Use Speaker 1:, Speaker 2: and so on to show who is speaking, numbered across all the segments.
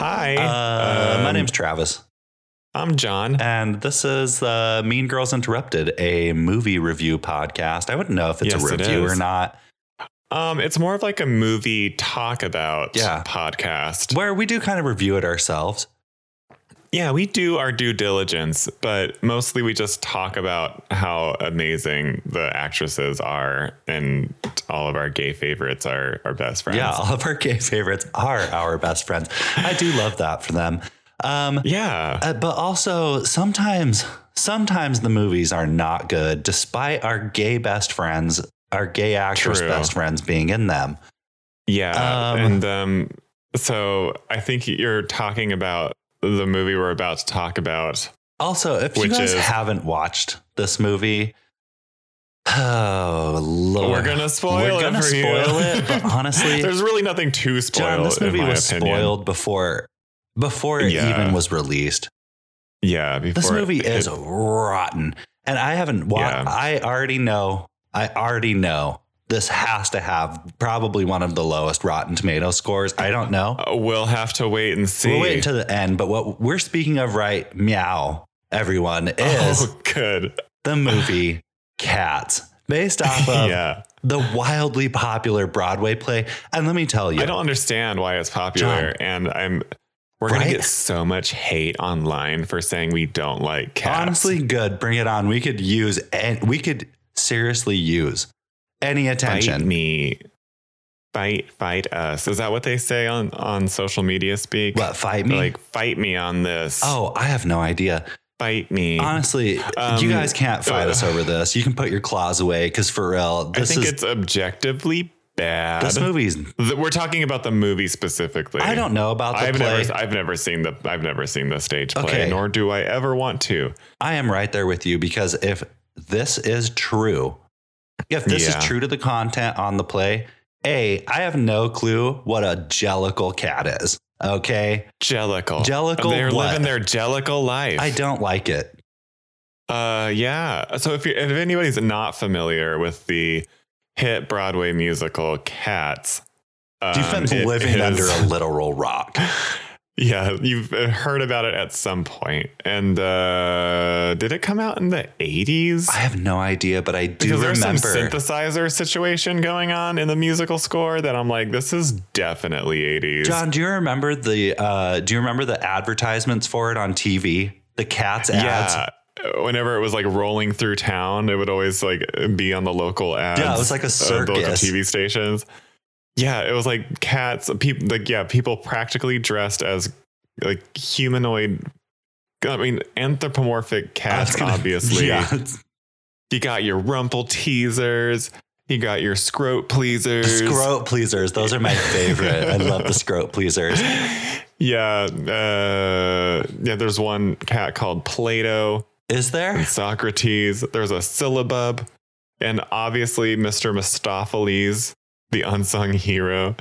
Speaker 1: Hi.
Speaker 2: Uh, my
Speaker 1: Um,
Speaker 2: name's Travis,
Speaker 1: I'm John.
Speaker 2: and this is uh, Mean Girls Interrupted, a movie review podcast. I wouldn't know if it's
Speaker 1: Yes,
Speaker 2: a
Speaker 1: it
Speaker 2: review
Speaker 1: is.
Speaker 2: or not,
Speaker 1: Um, it's more of like a movie talk about
Speaker 2: Yeah.
Speaker 1: podcast.
Speaker 2: where we do kind of review it ourselves.
Speaker 1: Yeah, we do our due diligence, but mostly we just talk about how amazing the actresses are and all of our gay favorites are our best friends.
Speaker 2: Yeah, all of our gay favorites are our best friends. I do love that for them. Um,
Speaker 1: Yeah.
Speaker 2: uh, but also, sometimes, sometimes the movies are not good, despite our gay best friends, our gay actress
Speaker 1: True.
Speaker 2: best friends being in them.
Speaker 1: Yeah.
Speaker 2: Um,
Speaker 1: and um, so I think you're talking about the movie we're about to talk about.
Speaker 2: Also, if you
Speaker 1: Which
Speaker 2: guys
Speaker 1: is-
Speaker 2: haven't watched this movie, oh lord,
Speaker 1: We're gonna spoil
Speaker 2: We're
Speaker 1: it.
Speaker 2: gonna
Speaker 1: for you.
Speaker 2: spoil it, but honestly-
Speaker 1: there's really nothing to spoil.
Speaker 2: John, this movie
Speaker 1: in my
Speaker 2: was
Speaker 1: opinion.
Speaker 2: spoiled before before it
Speaker 1: Yeah.
Speaker 2: even was released.
Speaker 1: Yeah, before
Speaker 2: This
Speaker 1: it
Speaker 2: movie
Speaker 1: hit-
Speaker 2: is rotten, and I haven't watched.
Speaker 1: Yeah.
Speaker 2: I already know. I already know this has to have probably one of the lowest Rotten Tomato scores. I don't know.
Speaker 1: Uh, we'll have to wait and see.
Speaker 2: We'll wait until the end. But what we're speaking of, right? Meow, everyone is
Speaker 1: oh, good.
Speaker 2: the movie Cats, based off of
Speaker 1: yeah,
Speaker 2: the wildly popular Broadway play. And let me tell you,
Speaker 1: I don't understand why it's popular, and I'm we're gonna
Speaker 2: Right?
Speaker 1: get so much hate online for saying we don't like cats.
Speaker 2: honestly, good. Bring it on. We could use and we could seriously use any
Speaker 1: bite
Speaker 2: attention.
Speaker 1: me, fight, fight us. Is that what they say on on social media speak?
Speaker 2: What fight
Speaker 1: They're
Speaker 2: me?
Speaker 1: Like fight me on this.
Speaker 2: oh, I have no idea.
Speaker 1: fight me.
Speaker 2: Honestly,
Speaker 1: Um,
Speaker 2: you guys can't fight us over this. You can put your claws away because for real,
Speaker 1: I
Speaker 2: this
Speaker 1: think
Speaker 2: is
Speaker 1: it's objectively bad.
Speaker 2: this movie's.
Speaker 1: Th- We're talking about the movie specifically.
Speaker 2: I don't know about the
Speaker 1: I've
Speaker 2: play.
Speaker 1: never, I've never seen the, I've never seen the stage play,
Speaker 2: Okay.
Speaker 1: nor do I ever want to.
Speaker 2: I am right there with you because if this is true, if this
Speaker 1: Yeah.
Speaker 2: is true to the content on the play, A, I have no clue what a jellicle cat is. Okay.
Speaker 1: Jellicle,
Speaker 2: Jellicle
Speaker 1: They're
Speaker 2: what?
Speaker 1: living their jellicle life.
Speaker 2: I don't like it.
Speaker 1: Uh, yeah. So if you if anybody's not familiar with the hit Broadway musical Cats, um,
Speaker 2: You've been
Speaker 1: it
Speaker 2: living
Speaker 1: is-
Speaker 2: under a literal rock.
Speaker 1: Yeah, you've uh, heard about it at some point. And uh, did it come out in the eighties?
Speaker 2: I have no idea, but I do
Speaker 1: because there's
Speaker 2: remember.
Speaker 1: some synthesizer situation going on in the musical score that I'm like, this is definitely 80s.
Speaker 2: John, do you remember the uh, do you remember the advertisements for it on TV? The cat's ads.
Speaker 1: yeah. Whenever it was like rolling through town, it would always like be on the local ads.
Speaker 2: Yeah, it was like a
Speaker 1: uh, the local
Speaker 2: circus.
Speaker 1: TV stations. Yeah, it was like cats. People like yeah, people practically dressed as like humanoid. I mean, anthropomorphic
Speaker 2: I was
Speaker 1: cats,
Speaker 2: gonna-
Speaker 1: obviously.
Speaker 2: Yeah.
Speaker 1: You got your rumple teasers. You got your scrote
Speaker 2: The
Speaker 1: pleasers.
Speaker 2: scrote pleasers. Those are my favorite. I love the scrote pleasers.
Speaker 1: yeah, uh, yeah. There's one cat called Plato
Speaker 2: Is there?
Speaker 1: and Socrates. There's a syllabub, and obviously Mr. Mistopheles, the unsung hero,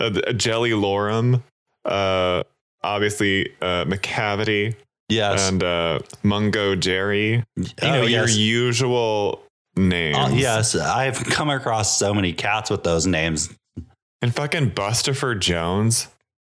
Speaker 1: uh, the- Jelly Lorem, uh, obviously uh, McCavity,
Speaker 2: Yes. Oh,
Speaker 1: and uh, Mungo Jerry. You know
Speaker 2: yes.
Speaker 1: your usual names.
Speaker 2: Oh, yes, I've come across so many cats with those names.
Speaker 1: And fucking Bustopher Jones.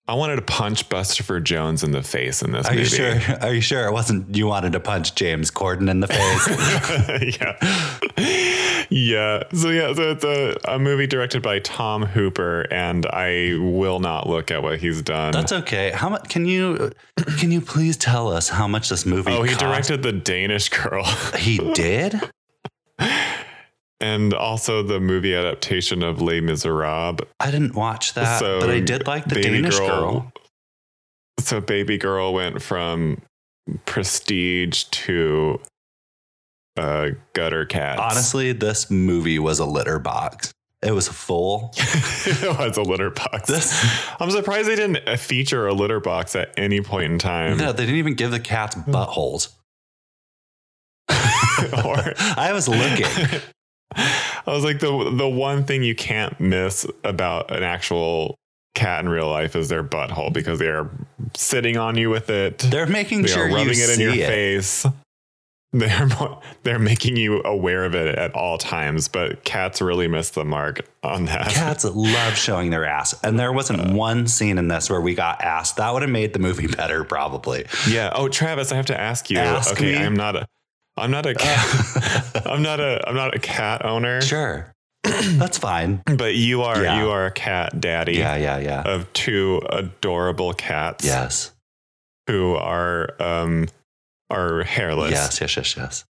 Speaker 1: I wanted to punch Bustopher Jones in the face in this
Speaker 2: Are
Speaker 1: movie.
Speaker 2: you sure? Are you sure it wasn't you wanted to punch James Corden in the face?
Speaker 1: yeah. Yeah. So yeah, so it's a, a movie directed by Tom Hooper, and I will not look at what he's done.
Speaker 2: That's okay. How much can you can you please tell us how much this movie?
Speaker 1: oh, he
Speaker 2: cost?
Speaker 1: directed the Danish Girl,
Speaker 2: He did.
Speaker 1: and also the movie adaptation of Les Miserables.
Speaker 2: I didn't watch that,
Speaker 1: So,
Speaker 2: but I did like the
Speaker 1: Baby
Speaker 2: Danish girl.
Speaker 1: So Baby Girl went from prestige to uh, gutter cats.
Speaker 2: Honestly, this movie was a litter box. It was full.
Speaker 1: it was Oh, a litter box.
Speaker 2: This-
Speaker 1: I'm surprised they didn't uh, feature a litter box at any point in time.
Speaker 2: no, they didn't even give the cats buttholes.
Speaker 1: Or-
Speaker 2: I was looking.
Speaker 1: I was like the the one thing you can't miss about an actual cat in real life is their butthole because they are sitting on you with it.
Speaker 2: They're making
Speaker 1: They
Speaker 2: sure
Speaker 1: are rubbing
Speaker 2: you
Speaker 1: it in
Speaker 2: see
Speaker 1: your
Speaker 2: it.
Speaker 1: face. They're more, they're making you aware of it at all times, but cats really missed the mark on that.
Speaker 2: Cats love showing their ass. And there wasn't
Speaker 1: Uh.
Speaker 2: one scene in this where we got ass. That would have made the movie better, probably.
Speaker 1: Yeah. Oh, Travis, I have to ask you.
Speaker 2: Ask
Speaker 1: okay,
Speaker 2: me. Uh,
Speaker 1: I'm not a I'm not a cat I'm not a I'm not a cat owner,
Speaker 2: Sure. That's fine.
Speaker 1: but you are
Speaker 2: Yeah.
Speaker 1: you are a cat daddy
Speaker 2: Yeah, yeah, yeah.
Speaker 1: of two adorable cats
Speaker 2: Yes.
Speaker 1: who are um are hairless.
Speaker 2: Yes, yes, yes, yes.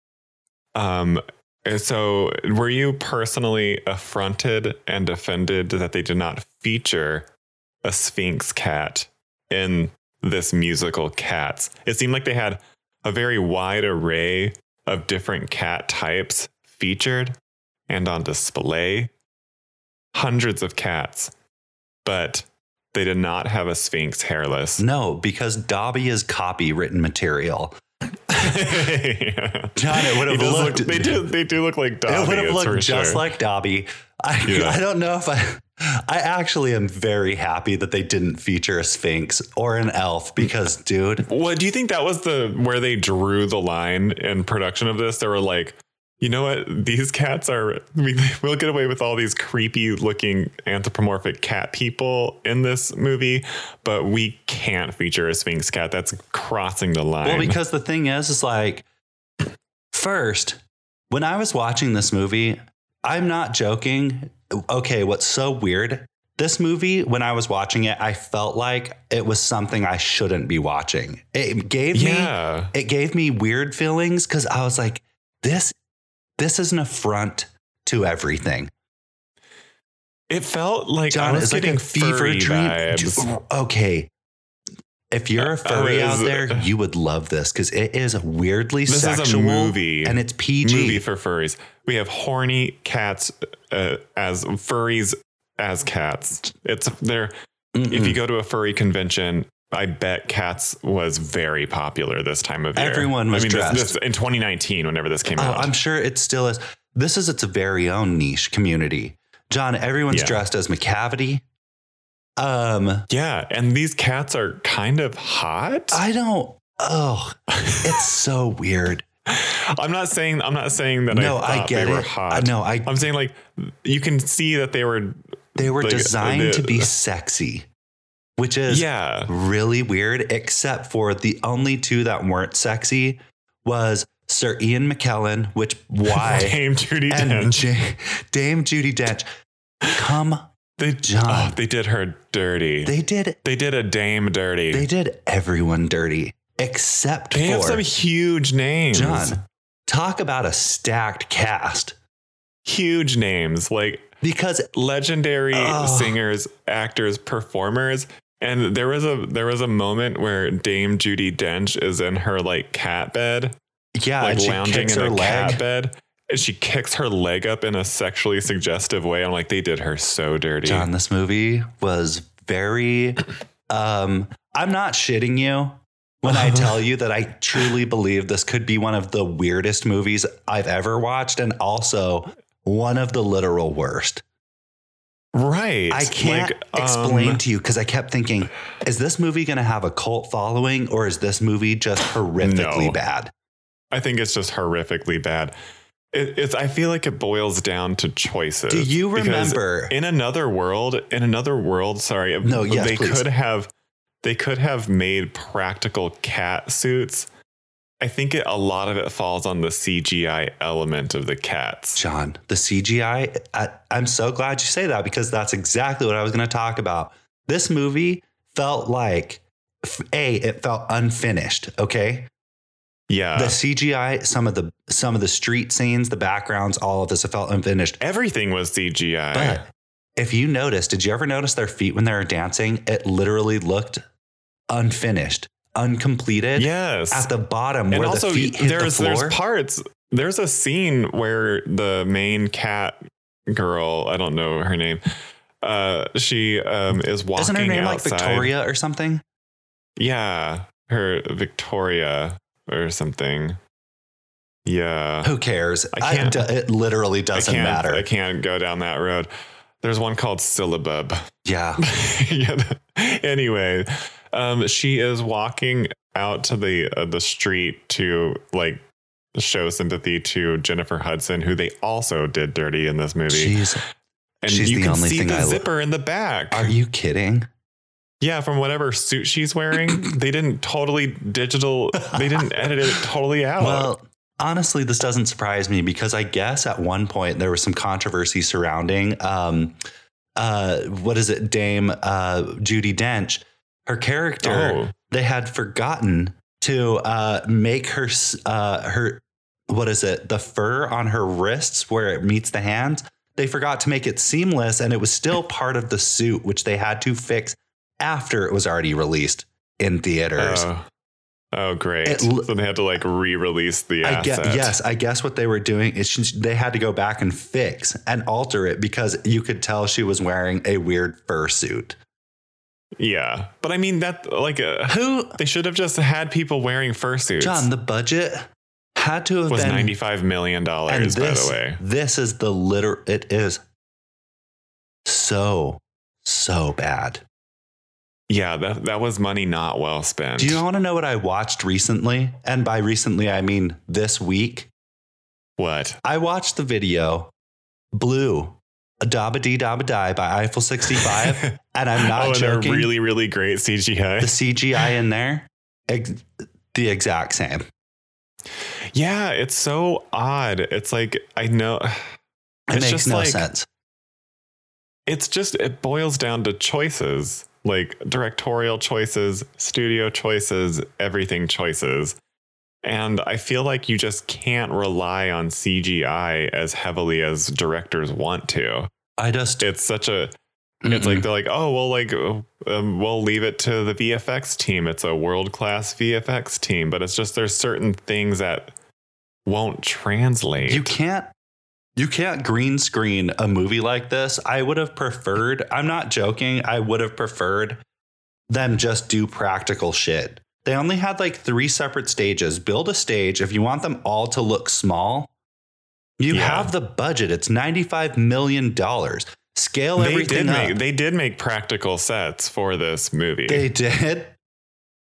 Speaker 1: Um and so were you personally affronted and offended that they did not feature a Sphinx cat in this musical Cats? It seemed like they had a very wide array of different cat types featured and on display. Hundreds of cats, but they did not have a Sphinx hairless.
Speaker 2: No, because Dobby is copy written material.
Speaker 1: Yeah.
Speaker 2: John, it would
Speaker 1: He
Speaker 2: have
Speaker 1: does
Speaker 2: looked.
Speaker 1: look- they do. They do look like Dobby.
Speaker 2: it would have
Speaker 1: it's for
Speaker 2: looked just
Speaker 1: sure.
Speaker 2: like Dobby. I,
Speaker 1: Yeah.
Speaker 2: I don't know if I. I actually am very happy that they didn't feature a Sphinx or an elf because, dude,
Speaker 1: Well, do you think that was the where they drew the line in production of this? They were like, you know what? These cats are. We, we'll get away with all these creepy looking anthropomorphic cat people in this movie, but we can't feature a Sphinx cat. That's crossing the line.
Speaker 2: Well, because the thing is, is like, first, when I was watching this movie, I'm not joking. Okay, what's so weird? This movie, when I was watching it, I felt like it was something I shouldn't be watching. It gave
Speaker 1: yeah,
Speaker 2: me it gave me weird feelings because I was like, this this is an affront to everything.
Speaker 1: it felt like
Speaker 2: John
Speaker 1: I was
Speaker 2: it's like
Speaker 1: getting
Speaker 2: a fever
Speaker 1: furry
Speaker 2: dream.
Speaker 1: vibes.
Speaker 2: Okay. If you're a furry
Speaker 1: Uh,
Speaker 2: out
Speaker 1: is-
Speaker 2: there, you would love this because it is weirdly
Speaker 1: This
Speaker 2: sexual.
Speaker 1: is a movie.
Speaker 2: and it's PG.
Speaker 1: movie for furries. We have horny cats uh, as furries as cats. It's they're
Speaker 2: Mm-mm.
Speaker 1: if you go to a furry convention, I bet cats was very popular this time of year.
Speaker 2: Everyone was
Speaker 1: I mean, this-
Speaker 2: dressed.
Speaker 1: This, in 2019, whenever this came
Speaker 2: oh,
Speaker 1: out.
Speaker 2: I'm sure it still is. This is its very own niche community. John, everyone's
Speaker 1: Yeah.
Speaker 2: dressed as McCavity. Um,
Speaker 1: yeah, and these cats are kind of hot.
Speaker 2: I don't. Oh, it's so weird.
Speaker 1: I'm not saying I'm not saying that
Speaker 2: no,
Speaker 1: I thought
Speaker 2: I, get
Speaker 1: they
Speaker 2: it.
Speaker 1: were hot.
Speaker 2: I know. I
Speaker 1: I'm saying like you can see that they were
Speaker 2: they were
Speaker 1: Like,
Speaker 2: designed
Speaker 1: the-
Speaker 2: to be sexy, which is
Speaker 1: yeah.
Speaker 2: really weird. Except for the only two that weren't sexy was Sir Ian McKellen, which why
Speaker 1: Dame Judy
Speaker 2: and
Speaker 1: Dench.
Speaker 2: J- Dame Judy Dench. Come
Speaker 1: They,
Speaker 2: John.
Speaker 1: oh, they did her dirty.
Speaker 2: They did.
Speaker 1: They did a dame dirty.
Speaker 2: They
Speaker 1: They,
Speaker 2: did everyone dirty except
Speaker 1: have
Speaker 2: for
Speaker 1: some huge names.
Speaker 2: John. Talk about a stacked cast
Speaker 1: Huge names like
Speaker 2: because
Speaker 1: legendary
Speaker 2: Ugh.
Speaker 1: singers, actors, performers. And there was a there was a moment where Dame Judy Dench is in her like cat bed,
Speaker 2: yeah,
Speaker 1: like
Speaker 2: and Ah, she
Speaker 1: lounging
Speaker 2: kicks
Speaker 1: in
Speaker 2: her
Speaker 1: a cat
Speaker 2: leg.
Speaker 1: bed, and she kicks her leg up in a sexually suggestive way. I'm like, they did her so dirty.
Speaker 2: John, this movie was very. Um, I'm not shitting you when I tell you that I truly believe this could be one of the weirdest movies I've ever watched, and also one of the literal worst.
Speaker 1: right?
Speaker 2: I can't
Speaker 1: Like,
Speaker 2: explain
Speaker 1: um,
Speaker 2: to you because I kept thinking, is this movie going to have a cult following or is this movie just horrifically
Speaker 1: No.
Speaker 2: bad?
Speaker 1: I think it's just horrifically bad. It, it's. I feel like it boils down to choices.
Speaker 2: Do you
Speaker 1: Because
Speaker 2: remember?
Speaker 1: in another world? In another world, sorry. um,
Speaker 2: No, yes,
Speaker 1: they
Speaker 2: please.
Speaker 1: could have. They could have made practical cat suits. I think it, a lot of it falls on the CGI element of the cats.
Speaker 2: John, the CGI, I, I'm so glad you say that because that's exactly what I was going to talk about. This movie felt like, f- A, it felt unfinished, okay?
Speaker 1: Yeah,
Speaker 2: the CGI, some of the some of the street scenes, the backgrounds, all of this, it felt unfinished.
Speaker 1: everything was CGI.
Speaker 2: But if you notice, did you ever notice their feet when they were dancing? It literally looked unfinished, uncompleted.
Speaker 1: yes,
Speaker 2: At the bottom
Speaker 1: and
Speaker 2: where
Speaker 1: also
Speaker 2: the feet hit
Speaker 1: there's
Speaker 2: the floor.
Speaker 1: there's parts there's a scene where the main cat girl i don't know her name uh she um is walking
Speaker 2: Isn't her name
Speaker 1: outside.
Speaker 2: like Victoria or something?
Speaker 1: yeah her victoria or something yeah
Speaker 2: Who cares?
Speaker 1: I can't-
Speaker 2: I- it literally
Speaker 1: I
Speaker 2: doesn't
Speaker 1: can't,
Speaker 2: matter.
Speaker 1: i can't go down that road there's one called syllabub
Speaker 2: yeah.
Speaker 1: yeah. Anyway, um, she is walking out to the uh, the street to like show sympathy to Jennifer Hudson, who they also did dirty in this movie.
Speaker 2: Jeez,
Speaker 1: and
Speaker 2: she's
Speaker 1: you
Speaker 2: the
Speaker 1: can
Speaker 2: only
Speaker 1: see
Speaker 2: thing
Speaker 1: the
Speaker 2: I lo-
Speaker 1: zipper in the back.
Speaker 2: are you kidding?
Speaker 1: Yeah, from whatever suit she's wearing, they didn't totally digital. They didn't edit it totally out.
Speaker 2: Well, honestly, this doesn't surprise me because I guess at one point there was some controversy surrounding um, uh, what is it, Dame uh, Judy Dench, her character.
Speaker 1: oh,
Speaker 2: They had forgotten to uh, make her s- uh, her what is it, the fur on her wrists where it meets the hands. They forgot to make it seamless, and it was still part of the suit, which they had to fix after it was already released in theaters.
Speaker 1: oh, oh, great!
Speaker 2: It l-
Speaker 1: so they had to like re-release the
Speaker 2: I guess,
Speaker 1: asset.
Speaker 2: yes, I guess what they were doing is she, they had to go back and fix and alter it because you could tell she was wearing a weird fursuit.
Speaker 1: yeah. But I mean that like uh,
Speaker 2: Who,
Speaker 1: they should have just had people wearing fursuits.
Speaker 2: John, the budget had to have
Speaker 1: was
Speaker 2: been.
Speaker 1: ninety-five million
Speaker 2: and
Speaker 1: dollars. By
Speaker 2: this,
Speaker 1: the way,
Speaker 2: this is the liter. It is so, so bad.
Speaker 1: yeah, that that was money not well spent.
Speaker 2: Do you want to know what I watched recently? And by recently, I mean this week.
Speaker 1: what?
Speaker 2: I watched the video Blue, a Dabba Dee Dabba Die by Eiffel 65. and I'm not
Speaker 1: oh, and
Speaker 2: joking.
Speaker 1: they're really, really great CGI.
Speaker 2: the CGI in there, ex- the exact same.
Speaker 1: yeah, it's so odd. It's like I know.
Speaker 2: It
Speaker 1: It's
Speaker 2: makes
Speaker 1: just
Speaker 2: no
Speaker 1: like-
Speaker 2: sense.
Speaker 1: it's just it boils down to choices like directorial choices studio choices everything choices and i feel like you just can't rely on cgi as heavily as directors want to
Speaker 2: I just
Speaker 1: it's such a it's like they're like oh well like um, we'll leave it to the vfx team it's a world class vfx team but it's just there's certain things that won't translate
Speaker 2: you can't you can't green screen a movie like this. I would have preferred. I'm not joking. I would have preferred them just do practical shit. They only had like three separate stages. Build a stage if you want them all to look small. You
Speaker 1: Yeah.
Speaker 2: have the budget. It's ninety five million dollars. Scale
Speaker 1: they
Speaker 2: everything
Speaker 1: did
Speaker 2: up.
Speaker 1: make they did make practical sets for this movie
Speaker 2: they did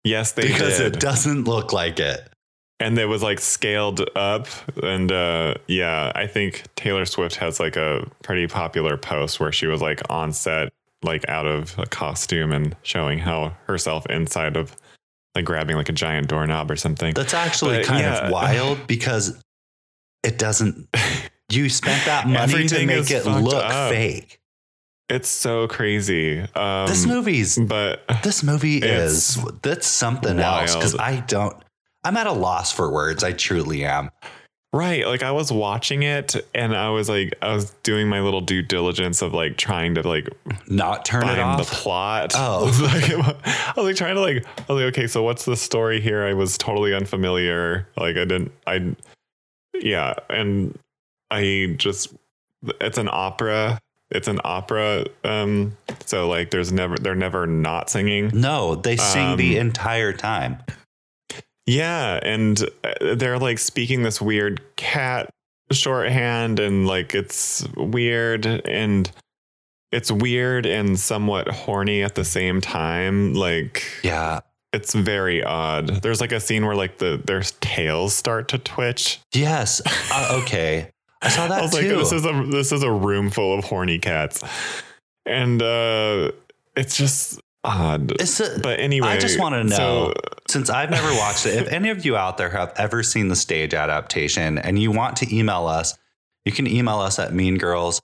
Speaker 1: Yes, they
Speaker 2: because
Speaker 1: did.
Speaker 2: it doesn't look like it.
Speaker 1: and it was like scaled up. And uh, yeah, I think Taylor Swift has like a pretty popular post where she was like on set, like out of a costume and showing how herself inside of like grabbing like a giant doorknob or something.
Speaker 2: That's actually
Speaker 1: But,
Speaker 2: kind
Speaker 1: yeah.
Speaker 2: of wild because it doesn't. You spent that money
Speaker 1: Everything
Speaker 2: to
Speaker 1: is
Speaker 2: make it
Speaker 1: fucked
Speaker 2: look
Speaker 1: up.
Speaker 2: fake.
Speaker 1: it's so crazy. Um,
Speaker 2: this movie's
Speaker 1: but
Speaker 2: this movie
Speaker 1: it's
Speaker 2: is that's something else because
Speaker 1: wild.
Speaker 2: I don't. I'm at a loss for words. I truly am.
Speaker 1: Right. Like I was watching it and I was like, I was doing my little due diligence of like trying to like
Speaker 2: Not turn it
Speaker 1: find the
Speaker 2: off.
Speaker 1: plot.
Speaker 2: Oh.
Speaker 1: I was, like, I was like trying to like I was like, okay, so what's the story here? I was totally unfamiliar. Like I didn't I yeah, and I just it's an opera. It's an opera. Um so like there's never they're never not singing.
Speaker 2: no, they sing the
Speaker 1: Um,
Speaker 2: entire time.
Speaker 1: Yeah, and uh, they're like speaking this weird cat shorthand, and like it's weird and it's weird and somewhat horny at the same time. Like
Speaker 2: Yeah,
Speaker 1: it's very odd. There's like a scene where like the their tails start to twitch.
Speaker 2: yes. Uh, okay, I saw that
Speaker 1: I was
Speaker 2: too.
Speaker 1: like, this is a this is a room full of horny cats, and uh, it's just odd.
Speaker 2: It's a-
Speaker 1: But anyway,
Speaker 2: I just wanna
Speaker 1: so-
Speaker 2: know. since I've never watched it, if any of you out there have ever seen the stage adaptation and you want to email us, you can email us at meangirlsinterrupted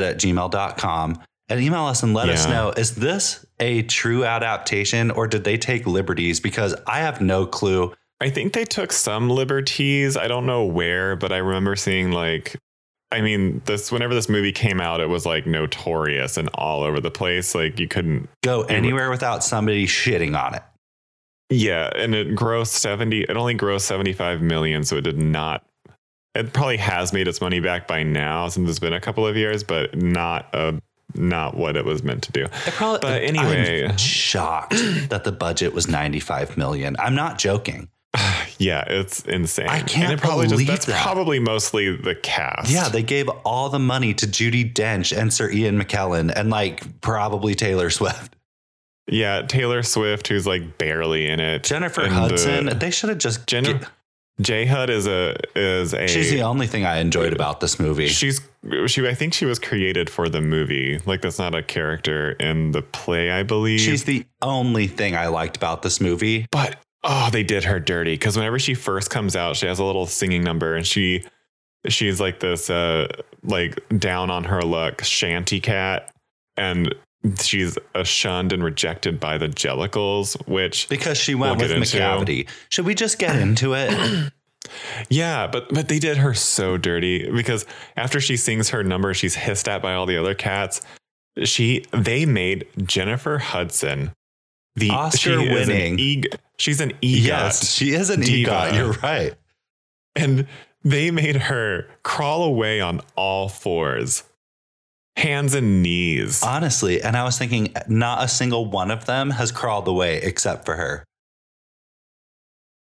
Speaker 2: at gmail.com and email us and let us
Speaker 1: Yeah.
Speaker 2: know is this a true adaptation or did they take liberties? Because I have no clue.
Speaker 1: I think they took some liberties. I don't know where, but I remember seeing like I mean, this whenever this movie came out, it was like notorious and all over the place. Like you couldn't
Speaker 2: Go
Speaker 1: were-
Speaker 2: anywhere without somebody shitting on it.
Speaker 1: Yeah, and it grossed 70 it only grossed 75 million, so it did not it probably has made its money back by now since it's been a couple of years, but not a not what it was meant to do.
Speaker 2: It probably,
Speaker 1: But anyway.
Speaker 2: I'm shocked that the budget was 95 million. I'm not joking.
Speaker 1: Yeah, it's insane.
Speaker 2: I can't
Speaker 1: and it probably
Speaker 2: believe
Speaker 1: just that's
Speaker 2: that.
Speaker 1: probably mostly the cast.
Speaker 2: Yeah, they gave all the money to Judy Dench and Sir Ian McKellen and like probably Taylor Swift.
Speaker 1: yeah, Taylor Swift who's like barely in it.
Speaker 2: Jennifer
Speaker 1: And, uh,
Speaker 2: Hudson, they should have just
Speaker 1: Jennifer-
Speaker 2: gi-
Speaker 1: J Hud is a is a
Speaker 2: She's the only thing I enjoyed about this movie.
Speaker 1: she's she I think she was created for the movie. Like that's not a character in the play, I believe.
Speaker 2: She's the only thing I liked about this movie.
Speaker 1: but oh, they did her dirty because whenever she first comes out, she has a little singing number and she she's like this uh like down on her luck shanty cat and she's uh, shunned and rejected by the Jellicles, which
Speaker 2: Because she went
Speaker 1: We'll
Speaker 2: with
Speaker 1: get into-
Speaker 2: McCavity. Should we just get into it?
Speaker 1: Yeah, but but they did her so dirty because after she sings her number, she's hissed at by all the other cats. She they made Jennifer Hudson the
Speaker 2: Oscar
Speaker 1: she is an
Speaker 2: winning.
Speaker 1: eg- she's an egot,
Speaker 2: yes, she is an
Speaker 1: Diva.
Speaker 2: EGOT. You're right.
Speaker 1: and they made her crawl away on all fours, hands and knees.
Speaker 2: Ah. Honestly, and I was thinking not a single one of them has crawled away except for her.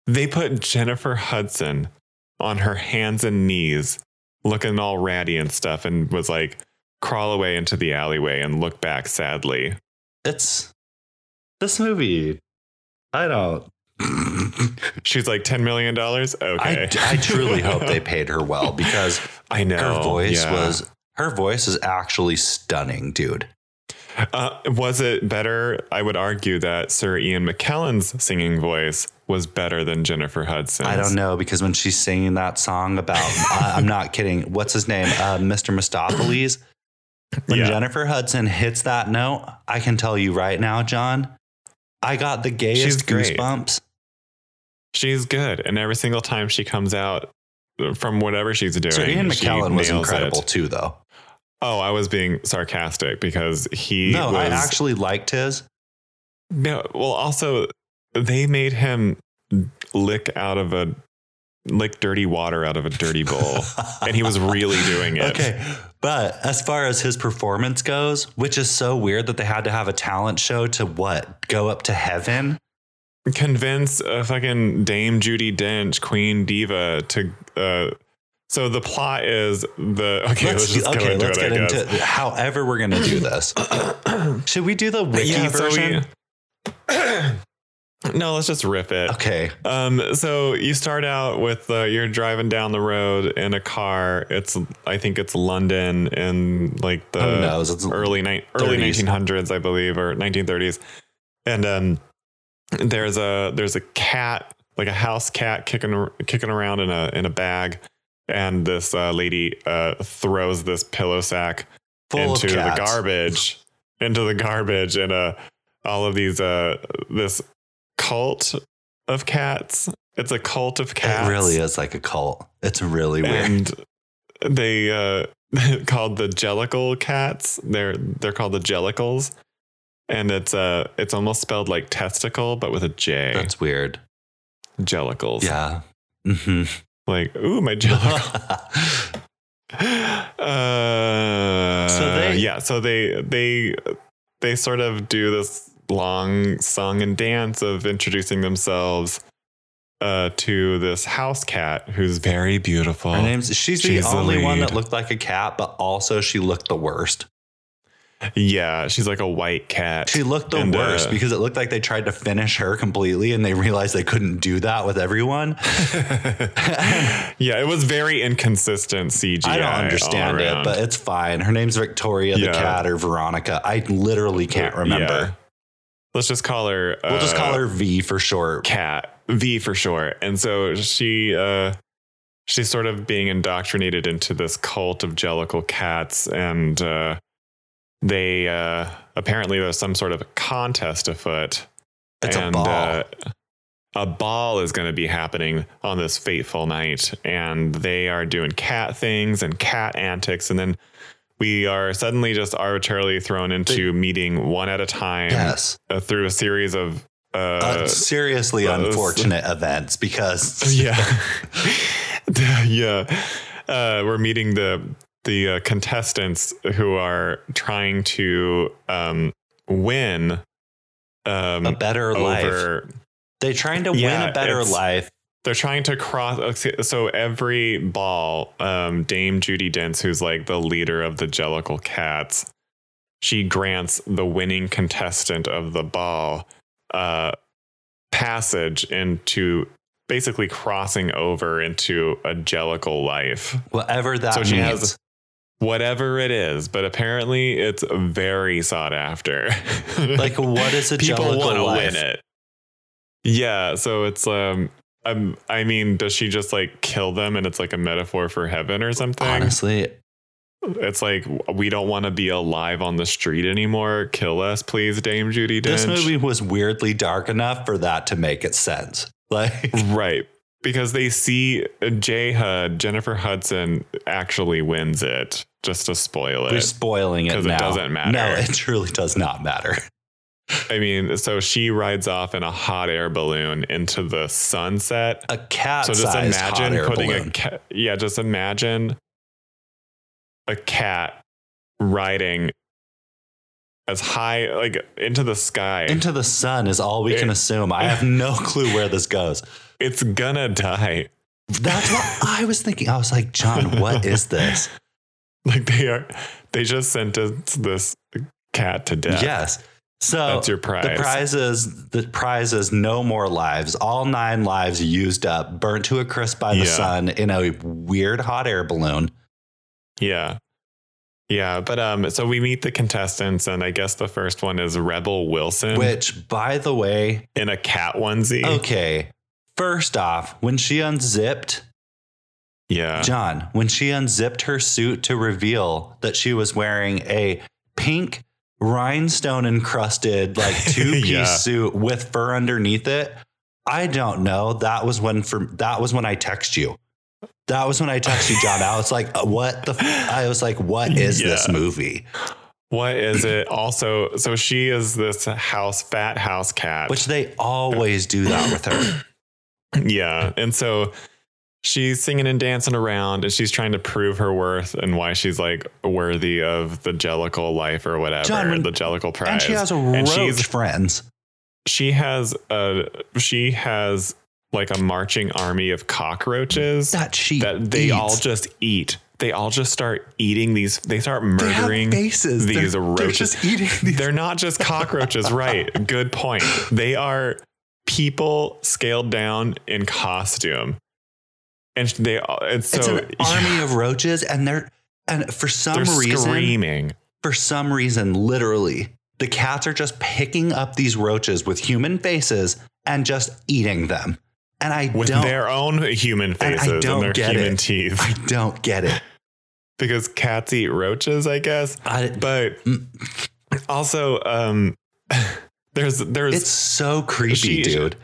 Speaker 1: They put Jennifer Hudson on her hands and knees, looking all ratty and stuff, and was like, crawl away into the alleyway and look back sadly.
Speaker 2: It's this movie. I don't.
Speaker 1: She's like ten million dollars.
Speaker 2: I,
Speaker 1: Okay,
Speaker 2: I truly hope they paid her well because
Speaker 1: I know
Speaker 2: her voice
Speaker 1: Oh, yeah.
Speaker 2: was her voice is actually stunning, dude.
Speaker 1: Uh, was it better? I would argue that Sir Ian McKellen's singing voice was better than Jennifer Hudson's.
Speaker 2: I don't know because when she's singing that song about, I, I'm not kidding. What's his name? Uh, Mr. Mistopheles. When
Speaker 1: Yeah.
Speaker 2: Jennifer Hudson hits that note, I can tell you right now, John, I got the
Speaker 1: She's
Speaker 2: gayest
Speaker 1: great.
Speaker 2: goosebumps.
Speaker 1: She's good, and every single time she comes out from whatever she's doing,
Speaker 2: Sir Ian
Speaker 1: she
Speaker 2: McKellen was
Speaker 1: nails
Speaker 2: incredible
Speaker 1: it.
Speaker 2: too, though.
Speaker 1: Oh, I was being sarcastic because he
Speaker 2: no, I
Speaker 1: was
Speaker 2: actually liked his.
Speaker 1: no. Well, also they made him lick out of a lick dirty water out of a dirty bowl, and he was really doing it.
Speaker 2: Okay. But as far as his performance goes, which is so weird that they had to have a talent show to what? Go up to heaven?
Speaker 1: convince a fucking Dame Judy Dench, Queen Diva, to. Uh, so the plot is the okay. Let's, just go
Speaker 2: okay,
Speaker 1: into
Speaker 2: let's
Speaker 1: it.
Speaker 2: get
Speaker 1: I
Speaker 2: into it. However, we're going to do this.
Speaker 1: guess.
Speaker 2: Should we do the wiki
Speaker 1: yeah, so
Speaker 2: version?
Speaker 1: we- no, let's just rip it.
Speaker 2: okay.
Speaker 1: Um, so you start out with uh, you're driving down the road in a car. It's I think it's London in like the
Speaker 2: Who knows? It's,
Speaker 1: early ni- early
Speaker 2: 30s.
Speaker 1: 1900s i believe or 1930s and um there's a there's a cat like a house cat kicking ar- kicking around in a in a bag and this uh, lady uh throws this pillow sack
Speaker 2: full
Speaker 1: into
Speaker 2: of
Speaker 1: the
Speaker 2: cats.
Speaker 1: garbage into the garbage and uh all of these uh this cult of cats it's a cult of cats
Speaker 2: It really is like a cult. It's really weird.
Speaker 1: and they uh called the jellicle cats they're they're called the jellicles and it's uh it's almost spelled like testicle but with a j
Speaker 2: That's weird.
Speaker 1: jellicles
Speaker 2: Yeah. hmm
Speaker 1: like ooh my jellicle uh
Speaker 2: So they-
Speaker 1: yeah so they they they sort of do this long song and dance of introducing themselves uh to this house cat who's very beautiful
Speaker 2: Her name's. She's,
Speaker 1: Oh, She's
Speaker 2: the
Speaker 1: the
Speaker 2: only one
Speaker 1: lead.
Speaker 2: that looked like a cat, but also she looked the worst.
Speaker 1: yeah she's like a white cat
Speaker 2: She looked the
Speaker 1: And, uh,
Speaker 2: worst because it looked like they tried to finish her completely, and they realized they couldn't do that with everyone.
Speaker 1: yeah, it was very inconsistent CGI.
Speaker 2: I don't
Speaker 1: all
Speaker 2: understand it,
Speaker 1: around.
Speaker 2: but it's fine. Her name's Victoria the
Speaker 1: Yeah.
Speaker 2: cat or Veronica. I literally can't
Speaker 1: Yeah.
Speaker 2: remember.
Speaker 1: Let's just call her.
Speaker 2: We'll just call
Speaker 1: uh,
Speaker 2: her V for short.
Speaker 1: Cat V for short. And so she, uh, she's sort of being indoctrinated into this cult of jellicle cats, and uh, they uh, apparently there's some sort of contest afoot.
Speaker 2: It's
Speaker 1: and,
Speaker 2: a ball.
Speaker 1: uh, a ball is going to be happening on this fateful night, and they are doing cat things and cat antics, and then we are suddenly just arbitrarily thrown into meeting one at a time
Speaker 2: yes.
Speaker 1: uh, through a series of uh,
Speaker 2: Uh, seriously
Speaker 1: uh,
Speaker 2: unfortunate events because
Speaker 1: yeah, yeah. Uh, we're meeting the the uh, contestants who are trying to um, win. Um,
Speaker 2: a better life.
Speaker 1: over
Speaker 2: They're trying to win
Speaker 1: Yeah,
Speaker 2: a better
Speaker 1: it's-
Speaker 2: life.
Speaker 1: they're trying to cross okay, so every ball um dame judy dents who's like the leader of the jellicle cats she grants the winning contestant of the ball uh passage into basically crossing over into angelical life.
Speaker 2: Whatever that
Speaker 1: So
Speaker 2: means.
Speaker 1: she has whatever it is, but apparently it's very sought after.
Speaker 2: like what is a
Speaker 1: people want to
Speaker 2: jellicle life?
Speaker 1: win it. Yeah, so it's um um I mean, does she just like kill them and it's like a metaphor for heaven or something?
Speaker 2: Honestly,
Speaker 1: It's like we don't want to be alive on the street anymore. Kill us, please, Dame Judy Dench.
Speaker 2: this movie was weirdly dark enough for that to make it sense. Like
Speaker 1: Right. Because they see uh, J HUD, Jennifer Hudson actually wins it, just to spoil
Speaker 2: we're
Speaker 1: it.
Speaker 2: spoiling it
Speaker 1: 'Cause it
Speaker 2: now.
Speaker 1: doesn't matter.
Speaker 2: No, it truly does not matter.
Speaker 1: I mean, so she rides off in a hot air balloon into the sunset.
Speaker 2: A cat
Speaker 1: so just
Speaker 2: sized hot
Speaker 1: imagine
Speaker 2: air
Speaker 1: putting
Speaker 2: balloon.
Speaker 1: a cat, yeah, just imagine a cat riding as high, like into the sky.
Speaker 2: into the sun is all we can
Speaker 1: It-
Speaker 2: assume. I have no clue where this goes.
Speaker 1: it's gonna die.
Speaker 2: That's what I was thinking. I was like, John, what is this?
Speaker 1: Like they are, they just sentenced this cat to death.
Speaker 2: Yes. So
Speaker 1: That's your prize.
Speaker 2: The prize is the prize is no more lives. All nine lives used up, burnt to a crisp by the
Speaker 1: Yeah.
Speaker 2: sun in a weird hot air balloon.
Speaker 1: Yeah. Yeah, but um so we meet the contestants and I guess the first one is Rebel Wilson
Speaker 2: Which, by the way,
Speaker 1: in a cat onesie.
Speaker 2: okay. First off, when she unzipped
Speaker 1: Yeah.
Speaker 2: John, when she unzipped her suit to reveal that she was wearing a pink rhinestone encrusted like two-piece
Speaker 1: Yeah.
Speaker 2: suit with fur underneath it, I don't know. That was when for that was when I text you. That was when I text you, John. I was like, "Uh, "What the?" F-? I was like, "What is this
Speaker 1: Yeah.
Speaker 2: movie?"
Speaker 1: What is it? Also, so she is this house fat house cat.
Speaker 2: Which they always do that with her.
Speaker 1: yeah. And so she's singing and dancing around and she's trying to prove her worth and why she's like worthy of the jellicle life or whatever,
Speaker 2: John, when-
Speaker 1: the jellicle prize.
Speaker 2: And she has a
Speaker 1: And
Speaker 2: roach
Speaker 1: she's-
Speaker 2: friends.
Speaker 1: she has a she has like a marching army of cockroaches.
Speaker 2: That she
Speaker 1: that they
Speaker 2: eats.
Speaker 1: all just eat. They all just start eating these. They start
Speaker 2: They have
Speaker 1: murdering. They
Speaker 2: faces.
Speaker 1: these
Speaker 2: they're, They're
Speaker 1: roaches.
Speaker 2: just eating these.
Speaker 1: are not just cockroaches, right? Good point. They are people scaled down in costume, and they. all- And so
Speaker 2: it's an army of roaches, and they're and for some
Speaker 1: they're
Speaker 2: reason,
Speaker 1: screaming.
Speaker 2: for some reason, literally, the cats are just picking up these roaches with human faces and just eating them. And I
Speaker 1: With
Speaker 2: don't,
Speaker 1: their own human
Speaker 2: I
Speaker 1: faces and,
Speaker 2: don't
Speaker 1: their
Speaker 2: get
Speaker 1: human
Speaker 2: it.
Speaker 1: teeth,
Speaker 2: I don't get it.
Speaker 1: because cats eat roaches, I guess.
Speaker 2: I,
Speaker 1: But
Speaker 2: Mm.
Speaker 1: also, um, there's there's
Speaker 2: it's so creepy,
Speaker 1: She-
Speaker 2: dude.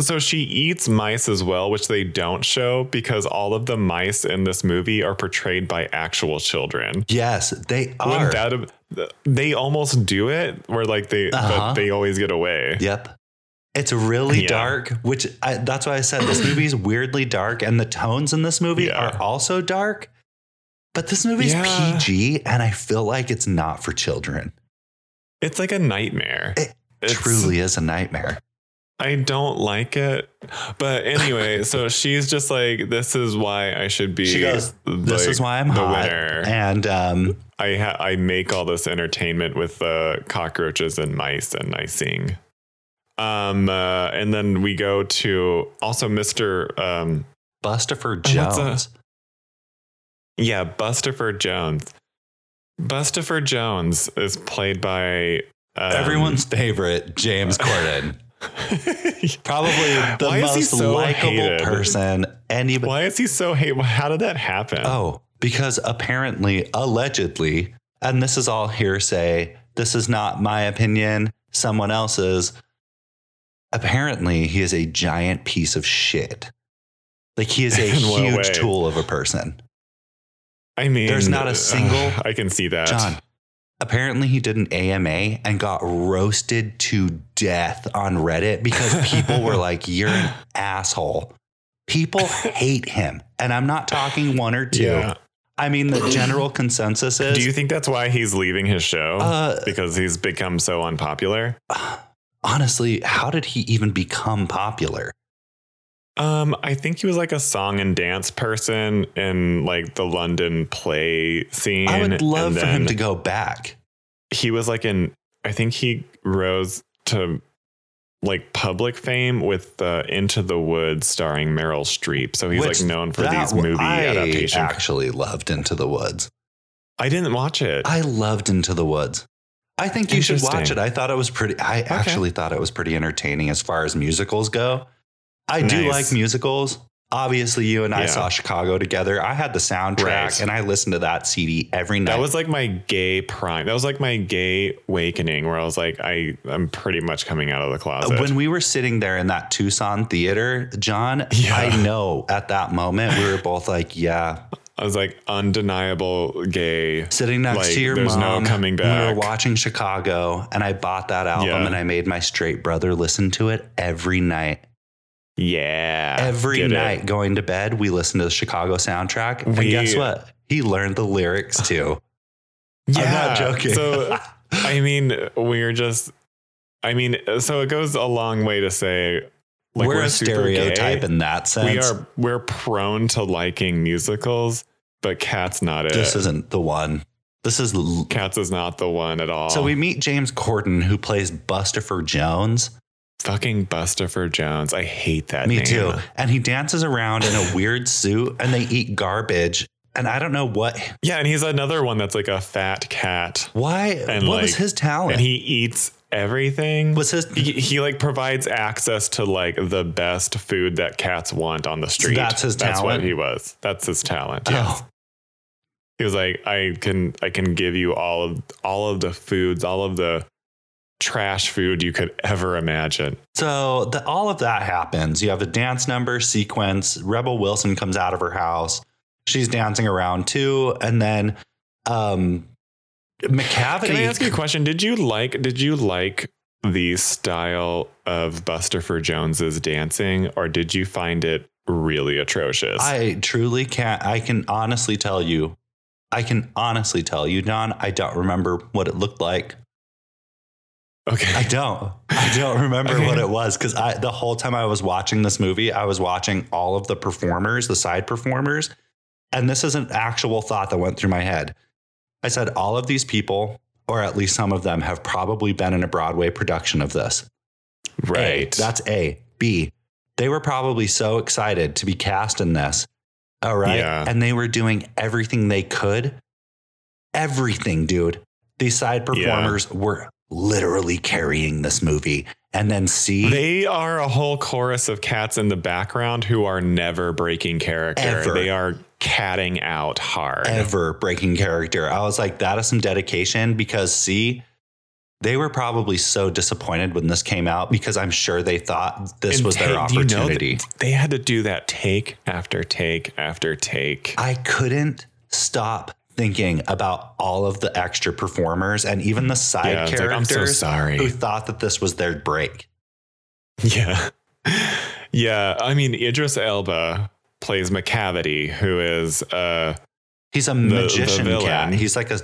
Speaker 1: So she eats mice as well, which they don't show because all of the mice in this movie are portrayed by actual children.
Speaker 2: Yes, they are.
Speaker 1: Wouldn't that have- they almost do it where like they
Speaker 2: Uh-huh.
Speaker 1: but they always get away.
Speaker 2: Yep. It's really
Speaker 1: Yeah.
Speaker 2: dark, which I, that's why I said this movie is weirdly dark, and the tones in this movie
Speaker 1: Yeah.
Speaker 2: are also dark. But this movie's
Speaker 1: Yeah.
Speaker 2: PG, and I feel like it's not for children.
Speaker 1: It's like a nightmare.
Speaker 2: It
Speaker 1: It's-
Speaker 2: Truly is a nightmare.
Speaker 1: I don't like it. But anyway, so she's just like, this is why I should be
Speaker 2: She goes, This
Speaker 1: like,
Speaker 2: is why I'm
Speaker 1: the
Speaker 2: hot.
Speaker 1: winner.
Speaker 2: And um,
Speaker 1: I ha- I make all this entertainment with uh, cockroaches and mice, and I sing. Um, uh, and then we go to also Mr. Um,
Speaker 2: Bustafer
Speaker 1: Oh, what's that?
Speaker 2: Jones.
Speaker 1: yeah, Bustafer Jones. Bustafer Jones is played by um,
Speaker 2: Everyone's favorite, James Corden. Probably the
Speaker 1: Why is he
Speaker 2: most
Speaker 1: so
Speaker 2: likable
Speaker 1: hated?
Speaker 2: person anybody.
Speaker 1: Why is he so hate? How did that happen?
Speaker 2: Oh, because apparently, allegedly, and this is all hearsay, this is not my opinion, someone else's. Apparently, he is a giant piece of shit. Like, he is a
Speaker 1: In what
Speaker 2: huge
Speaker 1: way?
Speaker 2: tool of a person.
Speaker 1: I mean,
Speaker 2: there's not a
Speaker 1: uh,
Speaker 2: single-
Speaker 1: I can see that.
Speaker 2: John, apparently, he did an AMA and got roasted to death on Reddit because people were like, You're an asshole. People hate him. And I'm not talking one or two.
Speaker 1: yeah.
Speaker 2: I mean, the general consensus is
Speaker 1: Do you think that's why he's leaving his show?
Speaker 2: Uh,
Speaker 1: because he's become so unpopular.
Speaker 2: honestly, how did he even become popular?
Speaker 1: Um, I think he was like a song and dance person in like the London play scene.
Speaker 2: I would love
Speaker 1: And
Speaker 2: for him
Speaker 1: then
Speaker 2: to go back.
Speaker 1: He was like in. I think he rose to like public fame with uh, Into the Woods starring Meryl Streep. So he's
Speaker 2: Which
Speaker 1: like known for
Speaker 2: That
Speaker 1: these movie
Speaker 2: I
Speaker 1: adaptations.
Speaker 2: actually loved Into the Woods.
Speaker 1: I didn't watch it.
Speaker 2: I loved Into the Woods. I think you should watch
Speaker 1: Interesting.
Speaker 2: it. I thought it was pretty. I actually thought it was pretty entertaining as far as musicals go. I do
Speaker 1: Nice.
Speaker 2: like musicals. Obviously, you and I
Speaker 1: Yeah.
Speaker 2: saw Chicago together. I had the soundtrack
Speaker 1: Right.
Speaker 2: and I listened to that CD every night.
Speaker 1: that was like my gay prime. That was like my gay awakening, where I was like, I I'm pretty much coming out of the closet.
Speaker 2: Uh, when we were sitting there in that Tucson theater, John,
Speaker 1: Yeah.
Speaker 2: I know at that moment we were both like, yeah,
Speaker 1: I was like undeniable gay.
Speaker 2: sitting next
Speaker 1: Like,
Speaker 2: to your
Speaker 1: there's no
Speaker 2: mom.
Speaker 1: coming
Speaker 2: We
Speaker 1: back.
Speaker 2: were watching Chicago and I bought that album
Speaker 1: Yeah.
Speaker 2: and I made my straight brother listen to it every night.
Speaker 1: Yeah,
Speaker 2: Every
Speaker 1: Get it.
Speaker 2: night going to bed, we listened to the Chicago soundtrack. and
Speaker 1: We-
Speaker 2: guess what? He learned the lyrics too. I'm not joking.
Speaker 1: So I mean, we're just. I mean, so it goes a long way to say like
Speaker 2: we're,
Speaker 1: we're,
Speaker 2: a
Speaker 1: super gay.
Speaker 2: stereotype in that sense.
Speaker 1: we are we're prone to liking musicals, but Cats not it.
Speaker 2: This isn't the one. This is l-
Speaker 1: Cats is not the one at all.
Speaker 2: So we meet James Corden, who plays Buster for Jones.
Speaker 1: fucking Buster for Jones. I hate that.
Speaker 2: Me
Speaker 1: name.
Speaker 2: too. And he dances around in a weird suit and they eat garbage. And I don't know what,
Speaker 1: Yeah, and he's another one that's like a fat cat,
Speaker 2: why,
Speaker 1: And
Speaker 2: what was
Speaker 1: like-
Speaker 2: his talent?
Speaker 1: and he eats everything.
Speaker 2: Oh, was his,
Speaker 1: he, he like provides access to like the best food that cats want on the street.
Speaker 2: that's his
Speaker 1: That's
Speaker 2: talent?
Speaker 1: what he was. That's his talent. Yeah.
Speaker 2: oh,
Speaker 1: He was like, I can I can give you all of all of the foods, all of the trash food you could ever imagine.
Speaker 2: so the, all of that happens. You have a dance number sequence. Rebel Wilson comes out of her house. She's dancing around too. And then, um, McCavity.
Speaker 1: Can I ask you a question? Did you like did you like the style of Buster for Jones's dancing, or did you find it really atrocious?
Speaker 2: I truly can't. I can honestly tell you. I can honestly tell you, Don. I don't remember what it looked like.
Speaker 1: okay.
Speaker 2: I don't. I don't remember
Speaker 1: Okay.
Speaker 2: what it was because I the whole time I was watching this movie, I was watching all of the performers, the side performers, and this is an actual thought that went through my head. I said, all of these people, or at least some of them, have probably been in a Broadway production of this. A.
Speaker 1: right.
Speaker 2: that's A. B. They were probably so excited to be cast in this. All right.
Speaker 1: Yeah.
Speaker 2: And they were doing everything they could. Everything, dude. These side performers were literally carrying this movie. And then C.
Speaker 1: They are a whole chorus of cats in the background who are never breaking character.
Speaker 2: Ever.
Speaker 1: They are catting out hard.
Speaker 2: ever breaking character. I was like, that is some dedication because see, they were probably so disappointed when this came out because I'm sure they thought this
Speaker 1: And
Speaker 2: was their
Speaker 1: take- do you know
Speaker 2: opportunity.
Speaker 1: that they had to do that take after take after take.
Speaker 2: I couldn't stop thinking about all of the extra performers and even the side
Speaker 1: Yeah, it's like, I'm so
Speaker 2: characters who
Speaker 1: sorry.
Speaker 2: thought that this was their break.
Speaker 1: Yeah. Yeah. I mean, Idris Elba plays McCavity, who is uh
Speaker 2: He's a
Speaker 1: the
Speaker 2: magician cat.
Speaker 1: villain.
Speaker 2: He's like a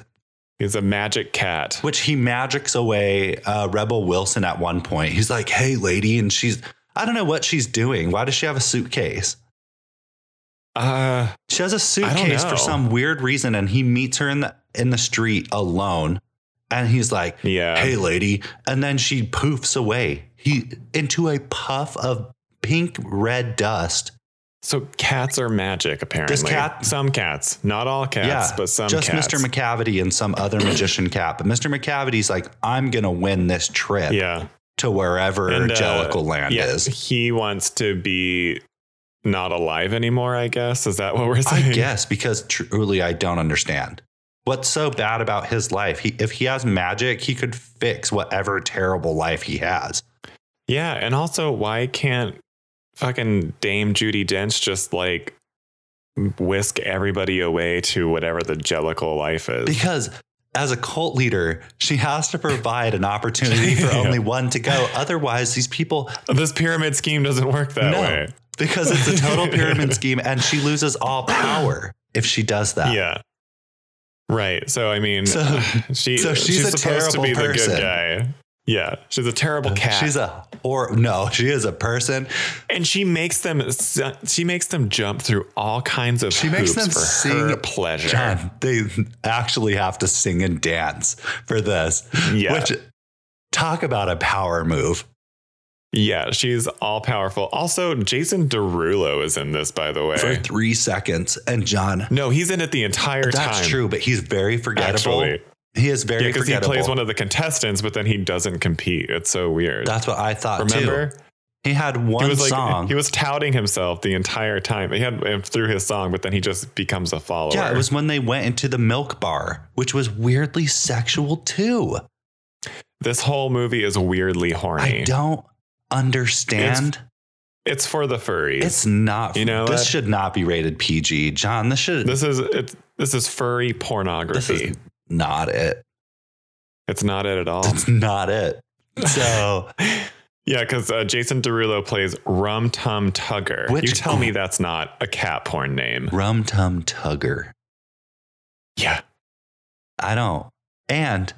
Speaker 1: he's a magic cat.
Speaker 2: which he magics away uh, Rebel Wilson at one point. He's like, "Hey, lady," and she's I don't know what she's doing. Why does she have a suitcase?
Speaker 1: Uh
Speaker 2: She has a
Speaker 1: don't
Speaker 2: suitcase for
Speaker 1: know.
Speaker 2: some weird reason, and he meets her in the in the street alone, and he's like,
Speaker 1: yeah.
Speaker 2: hey lady and then she poofs away he into a puff of pink red dust
Speaker 1: So cats are magic, apparently.
Speaker 2: cat-
Speaker 1: some cats. Not all cats, but some
Speaker 2: just
Speaker 1: cats.
Speaker 2: mr mccavity and some other magician cat but mr mccavity's like i'm gonna win this trip
Speaker 1: yeah.
Speaker 2: to wherever
Speaker 1: And, uh,
Speaker 2: angelical land
Speaker 1: yeah,
Speaker 2: is
Speaker 1: He wants to be not alive anymore, I guess. Is that what we're saying?
Speaker 2: i guess because truly i don't understand what's so bad about his life he, if he has magic he could fix whatever terrible life he has
Speaker 1: Yeah. And also, why can't fucking Dame Judy Dench just like whisk everybody away to whatever the jellical life is?
Speaker 2: Because as a cult leader, she has to provide an opportunity for
Speaker 1: Yeah.
Speaker 2: only one to go. Otherwise, these people
Speaker 1: this pyramid scheme doesn't work that
Speaker 2: No.
Speaker 1: way.
Speaker 2: because it's a total pyramid scheme and she loses all power if she does that.
Speaker 1: Yeah. Right. So I mean,
Speaker 2: Uh. So-
Speaker 1: she,
Speaker 2: so she's a
Speaker 1: supposed to
Speaker 2: terrible
Speaker 1: be the
Speaker 2: person. Uh,
Speaker 1: good guy. Yeah, she's a terrible cat.
Speaker 2: She's a or no, she is a person.
Speaker 1: and she makes them s- she makes them jump through all kinds of
Speaker 2: She makes
Speaker 1: hoops
Speaker 2: them
Speaker 1: for
Speaker 2: sing-
Speaker 1: her pleasure.
Speaker 2: John, they actually have to sing and dance for this.
Speaker 1: Yeah.
Speaker 2: Which talk about a power move.
Speaker 1: Yeah, she's all powerful. Also, Jason Derulo is in this, by the way.
Speaker 2: for three seconds. And John,
Speaker 1: no, he's in it the entire time.
Speaker 2: that's true, but he's very forgettable.
Speaker 1: Actually,
Speaker 2: He is
Speaker 1: yeah,
Speaker 2: very
Speaker 1: because he
Speaker 2: forgettable.
Speaker 1: plays one of the contestants, but then he doesn't compete. It's so weird.
Speaker 2: that's what I thought
Speaker 1: Remember,
Speaker 2: too. He had one
Speaker 1: he was like
Speaker 2: song.
Speaker 1: he was touting himself the entire time. He had and through his song, but then he just becomes a follower.
Speaker 2: yeah, it was when they went into the milk bar, which was weirdly sexual too.
Speaker 1: This whole movie is weirdly horny.
Speaker 2: I don't understand.
Speaker 1: It's for the furries.
Speaker 2: It's, not.
Speaker 1: You know
Speaker 2: this
Speaker 1: what?
Speaker 2: should not be rated PG, John. This should.
Speaker 1: this is it's, this is furry
Speaker 2: This
Speaker 1: pornography.
Speaker 2: is not it.
Speaker 1: it's not it at all.
Speaker 2: That's not it. So
Speaker 1: Yeah, because uh, Jason Derulo plays Rum Tum Tugger.
Speaker 2: Which-
Speaker 1: you tell me that's not a cat porn name.
Speaker 2: rum tum tugger.
Speaker 1: Yeah,
Speaker 2: I don't. And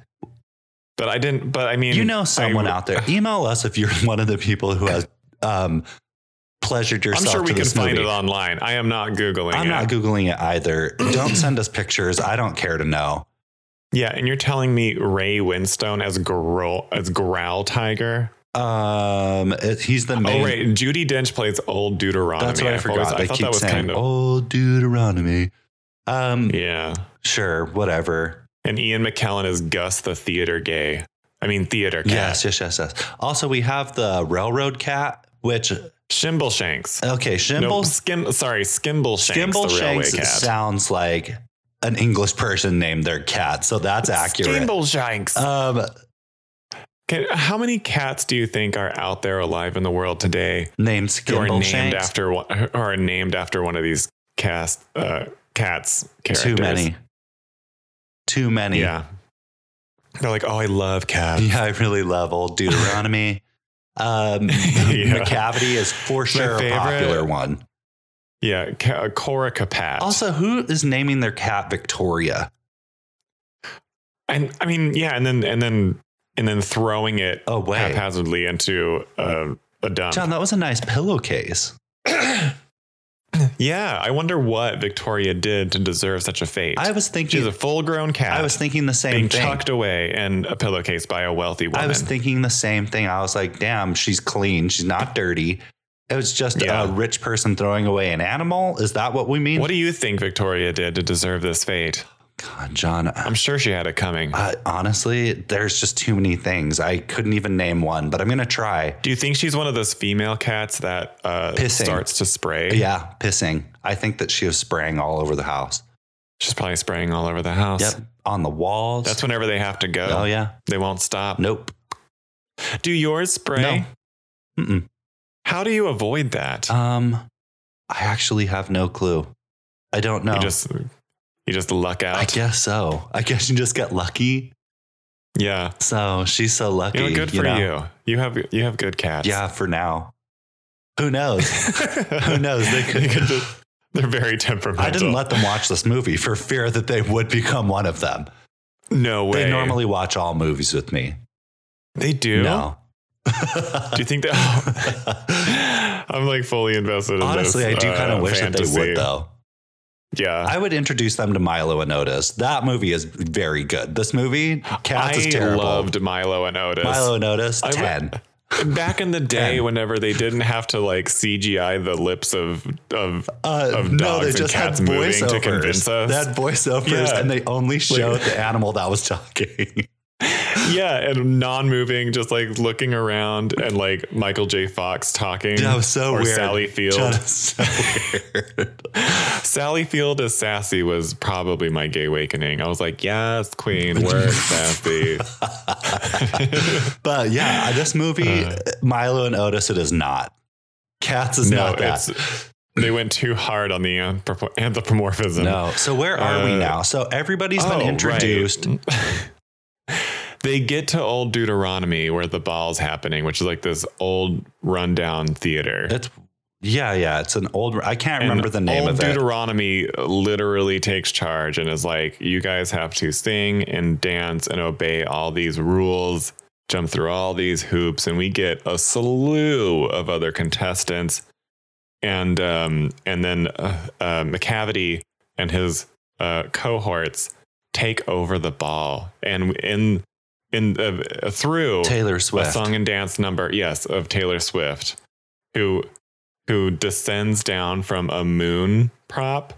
Speaker 1: but I didn't. But I mean,
Speaker 2: you know someone
Speaker 1: I-
Speaker 2: out there. Email us if you're one of the people who has um, pleasured
Speaker 1: I'm
Speaker 2: yourself.
Speaker 1: sure we
Speaker 2: to
Speaker 1: can
Speaker 2: this
Speaker 1: find
Speaker 2: movie.
Speaker 1: it online. I am not googling.
Speaker 2: I'm
Speaker 1: it.
Speaker 2: not googling it either. Don't send us pictures. I don't care to know.
Speaker 1: Yeah, and you're telling me Ray Winstone as growl as Growl Tiger.
Speaker 2: Um, it, he's the main.
Speaker 1: Oh, right. Judy Dench plays Old Deuteronomy.
Speaker 2: That's what I
Speaker 1: I've
Speaker 2: forgot.
Speaker 1: always-
Speaker 2: they
Speaker 1: I thought
Speaker 2: keep
Speaker 1: that was
Speaker 2: saying
Speaker 1: kind of
Speaker 2: old Deuteronomy. Um,
Speaker 1: yeah.
Speaker 2: sure, whatever.
Speaker 1: And Ian McKellen as Gus the theater gay. I mean theater cat.
Speaker 2: Yes, yes, yes, yes. Also, we have the railroad cat, which
Speaker 1: Shimble Shanks.
Speaker 2: okay,
Speaker 1: no,
Speaker 2: Shimble
Speaker 1: skim, sorry, Skimble Shanks,
Speaker 2: Skimble
Speaker 1: the railway
Speaker 2: Shanks
Speaker 1: cat.
Speaker 2: sounds like an English person named their cat, so that's accurate.
Speaker 1: Skimble Shanks.
Speaker 2: Um,
Speaker 1: Can, how many cats do you think are out there alive in the world today
Speaker 2: named
Speaker 1: who are
Speaker 2: Skimble
Speaker 1: named
Speaker 2: Shanks.
Speaker 1: after one, who are named after one of these cast uh, cats characters?
Speaker 2: Too many. Too many.
Speaker 1: Yeah. They're like, oh, I love cats.
Speaker 2: Yeah, I really love old Deuteronomy. Um,
Speaker 1: Yeah.
Speaker 2: McCavity is for sure a
Speaker 1: favorite.
Speaker 2: popular one.
Speaker 1: Yeah, ca- Cora Capat.
Speaker 2: Also, who is naming their cat Victoria?
Speaker 1: and I mean, yeah, and then and then and then throwing it
Speaker 2: Oh, wait.
Speaker 1: haphazardly into uh, a dump.
Speaker 2: John, that was a nice pillowcase.
Speaker 1: yeah, I wonder what Victoria did to deserve such a fate.
Speaker 2: I was thinking.
Speaker 1: She's a full-grown cat.
Speaker 2: I was thinking the same
Speaker 1: being
Speaker 2: thing.
Speaker 1: chucked away in a pillowcase by a wealthy woman.
Speaker 2: I was thinking the same thing. I was like, damn, she's clean. She's not dirty. It was just a
Speaker 1: Yeah.
Speaker 2: rich person throwing away an animal. Is that what we mean?
Speaker 1: what do you think Victoria did to deserve this fate?
Speaker 2: God, John.
Speaker 1: I'm sure she had it coming.
Speaker 2: I, honestly, there's just too many things. I couldn't even name one, but I'm gonna try.
Speaker 1: do you think she's one of those female cats that uh,
Speaker 2: Pissing.
Speaker 1: starts to spray?
Speaker 2: Yeah, pissing. I think that she was spraying all over the house.
Speaker 1: She's probably spraying all over the house.
Speaker 2: Yep, on the walls.
Speaker 1: That's whenever they have to go.
Speaker 2: Oh yeah.
Speaker 1: They won't stop.
Speaker 2: Nope.
Speaker 1: Do yours spray?
Speaker 2: No. Mm-mm.
Speaker 1: How do you avoid that?
Speaker 2: Um, I actually have no clue. I don't know.
Speaker 1: You just you just luck out.
Speaker 2: I guess so. I guess you just get lucky.
Speaker 1: yeah.
Speaker 2: So she's so lucky.
Speaker 1: You know, good for
Speaker 2: know?
Speaker 1: you. You have you have good cats.
Speaker 2: Yeah, for now. Who knows?
Speaker 1: Who
Speaker 2: knows? They could-
Speaker 1: just, they're very temperamental.
Speaker 2: I didn't let them watch this movie for fear that they would become one of them.
Speaker 1: No way.
Speaker 2: They normally watch all movies with me.
Speaker 1: They do.
Speaker 2: No.
Speaker 1: Do you think that? I'm like fully invested. in
Speaker 2: Honestly, I
Speaker 1: this,
Speaker 2: do kind
Speaker 1: uh,
Speaker 2: of wish that
Speaker 1: fantasy.
Speaker 2: they would, though.
Speaker 1: Yeah.
Speaker 2: I would introduce them to Milo and Otis. That movie is very good. This movie, Cats, is
Speaker 1: I
Speaker 2: terrible.
Speaker 1: loved Milo and Otis.
Speaker 2: Milo and Otis,
Speaker 1: I would-
Speaker 2: 10.
Speaker 1: Back in the day,
Speaker 2: Ten.
Speaker 1: whenever they didn't have to like CGI the lips of of
Speaker 2: Uh,
Speaker 1: of dogs and cats moving to convince us.
Speaker 2: They had voiceovers,
Speaker 1: Yeah.
Speaker 2: and they only showed the animal that was talking.
Speaker 1: yeah, and non-moving, just like looking around, and like Michael J. Fox talking.
Speaker 2: that was so
Speaker 1: or
Speaker 2: weird.
Speaker 1: Sally Field.
Speaker 2: John, it's so weird.
Speaker 1: Sally Field as Sassy was probably my gay awakening. I was like, yes, Queen, work, Sassy.
Speaker 2: but yeah, this movie,
Speaker 1: Uh.
Speaker 2: Milo and Otis, it is not. Cats is
Speaker 1: no,
Speaker 2: not that.
Speaker 1: it's they went too hard on the anthropo- anthropomorphism.
Speaker 2: No. So where are we
Speaker 1: Uh,
Speaker 2: now? So everybody's
Speaker 1: Oh,
Speaker 2: been
Speaker 1: right.
Speaker 2: introduced.
Speaker 1: they get to old Deuteronomy where the ball's happening, which is like this old rundown theater.
Speaker 2: It's yeah, yeah. It's an old. I can't
Speaker 1: And
Speaker 2: remember the name
Speaker 1: old
Speaker 2: of it.
Speaker 1: Deuteronomy literally takes charge and is like, you guys have to sing and dance and obey all these rules, jump through all these hoops, and we get a slew of other contestants. And um, and then uh, uh, McCavity and his uh, cohorts take over the ball, and in in uh, uh, through
Speaker 2: Taylor
Speaker 1: a
Speaker 2: Swift.
Speaker 1: song and dance number, yes, of Taylor Swift, who who descends down from a moon prop,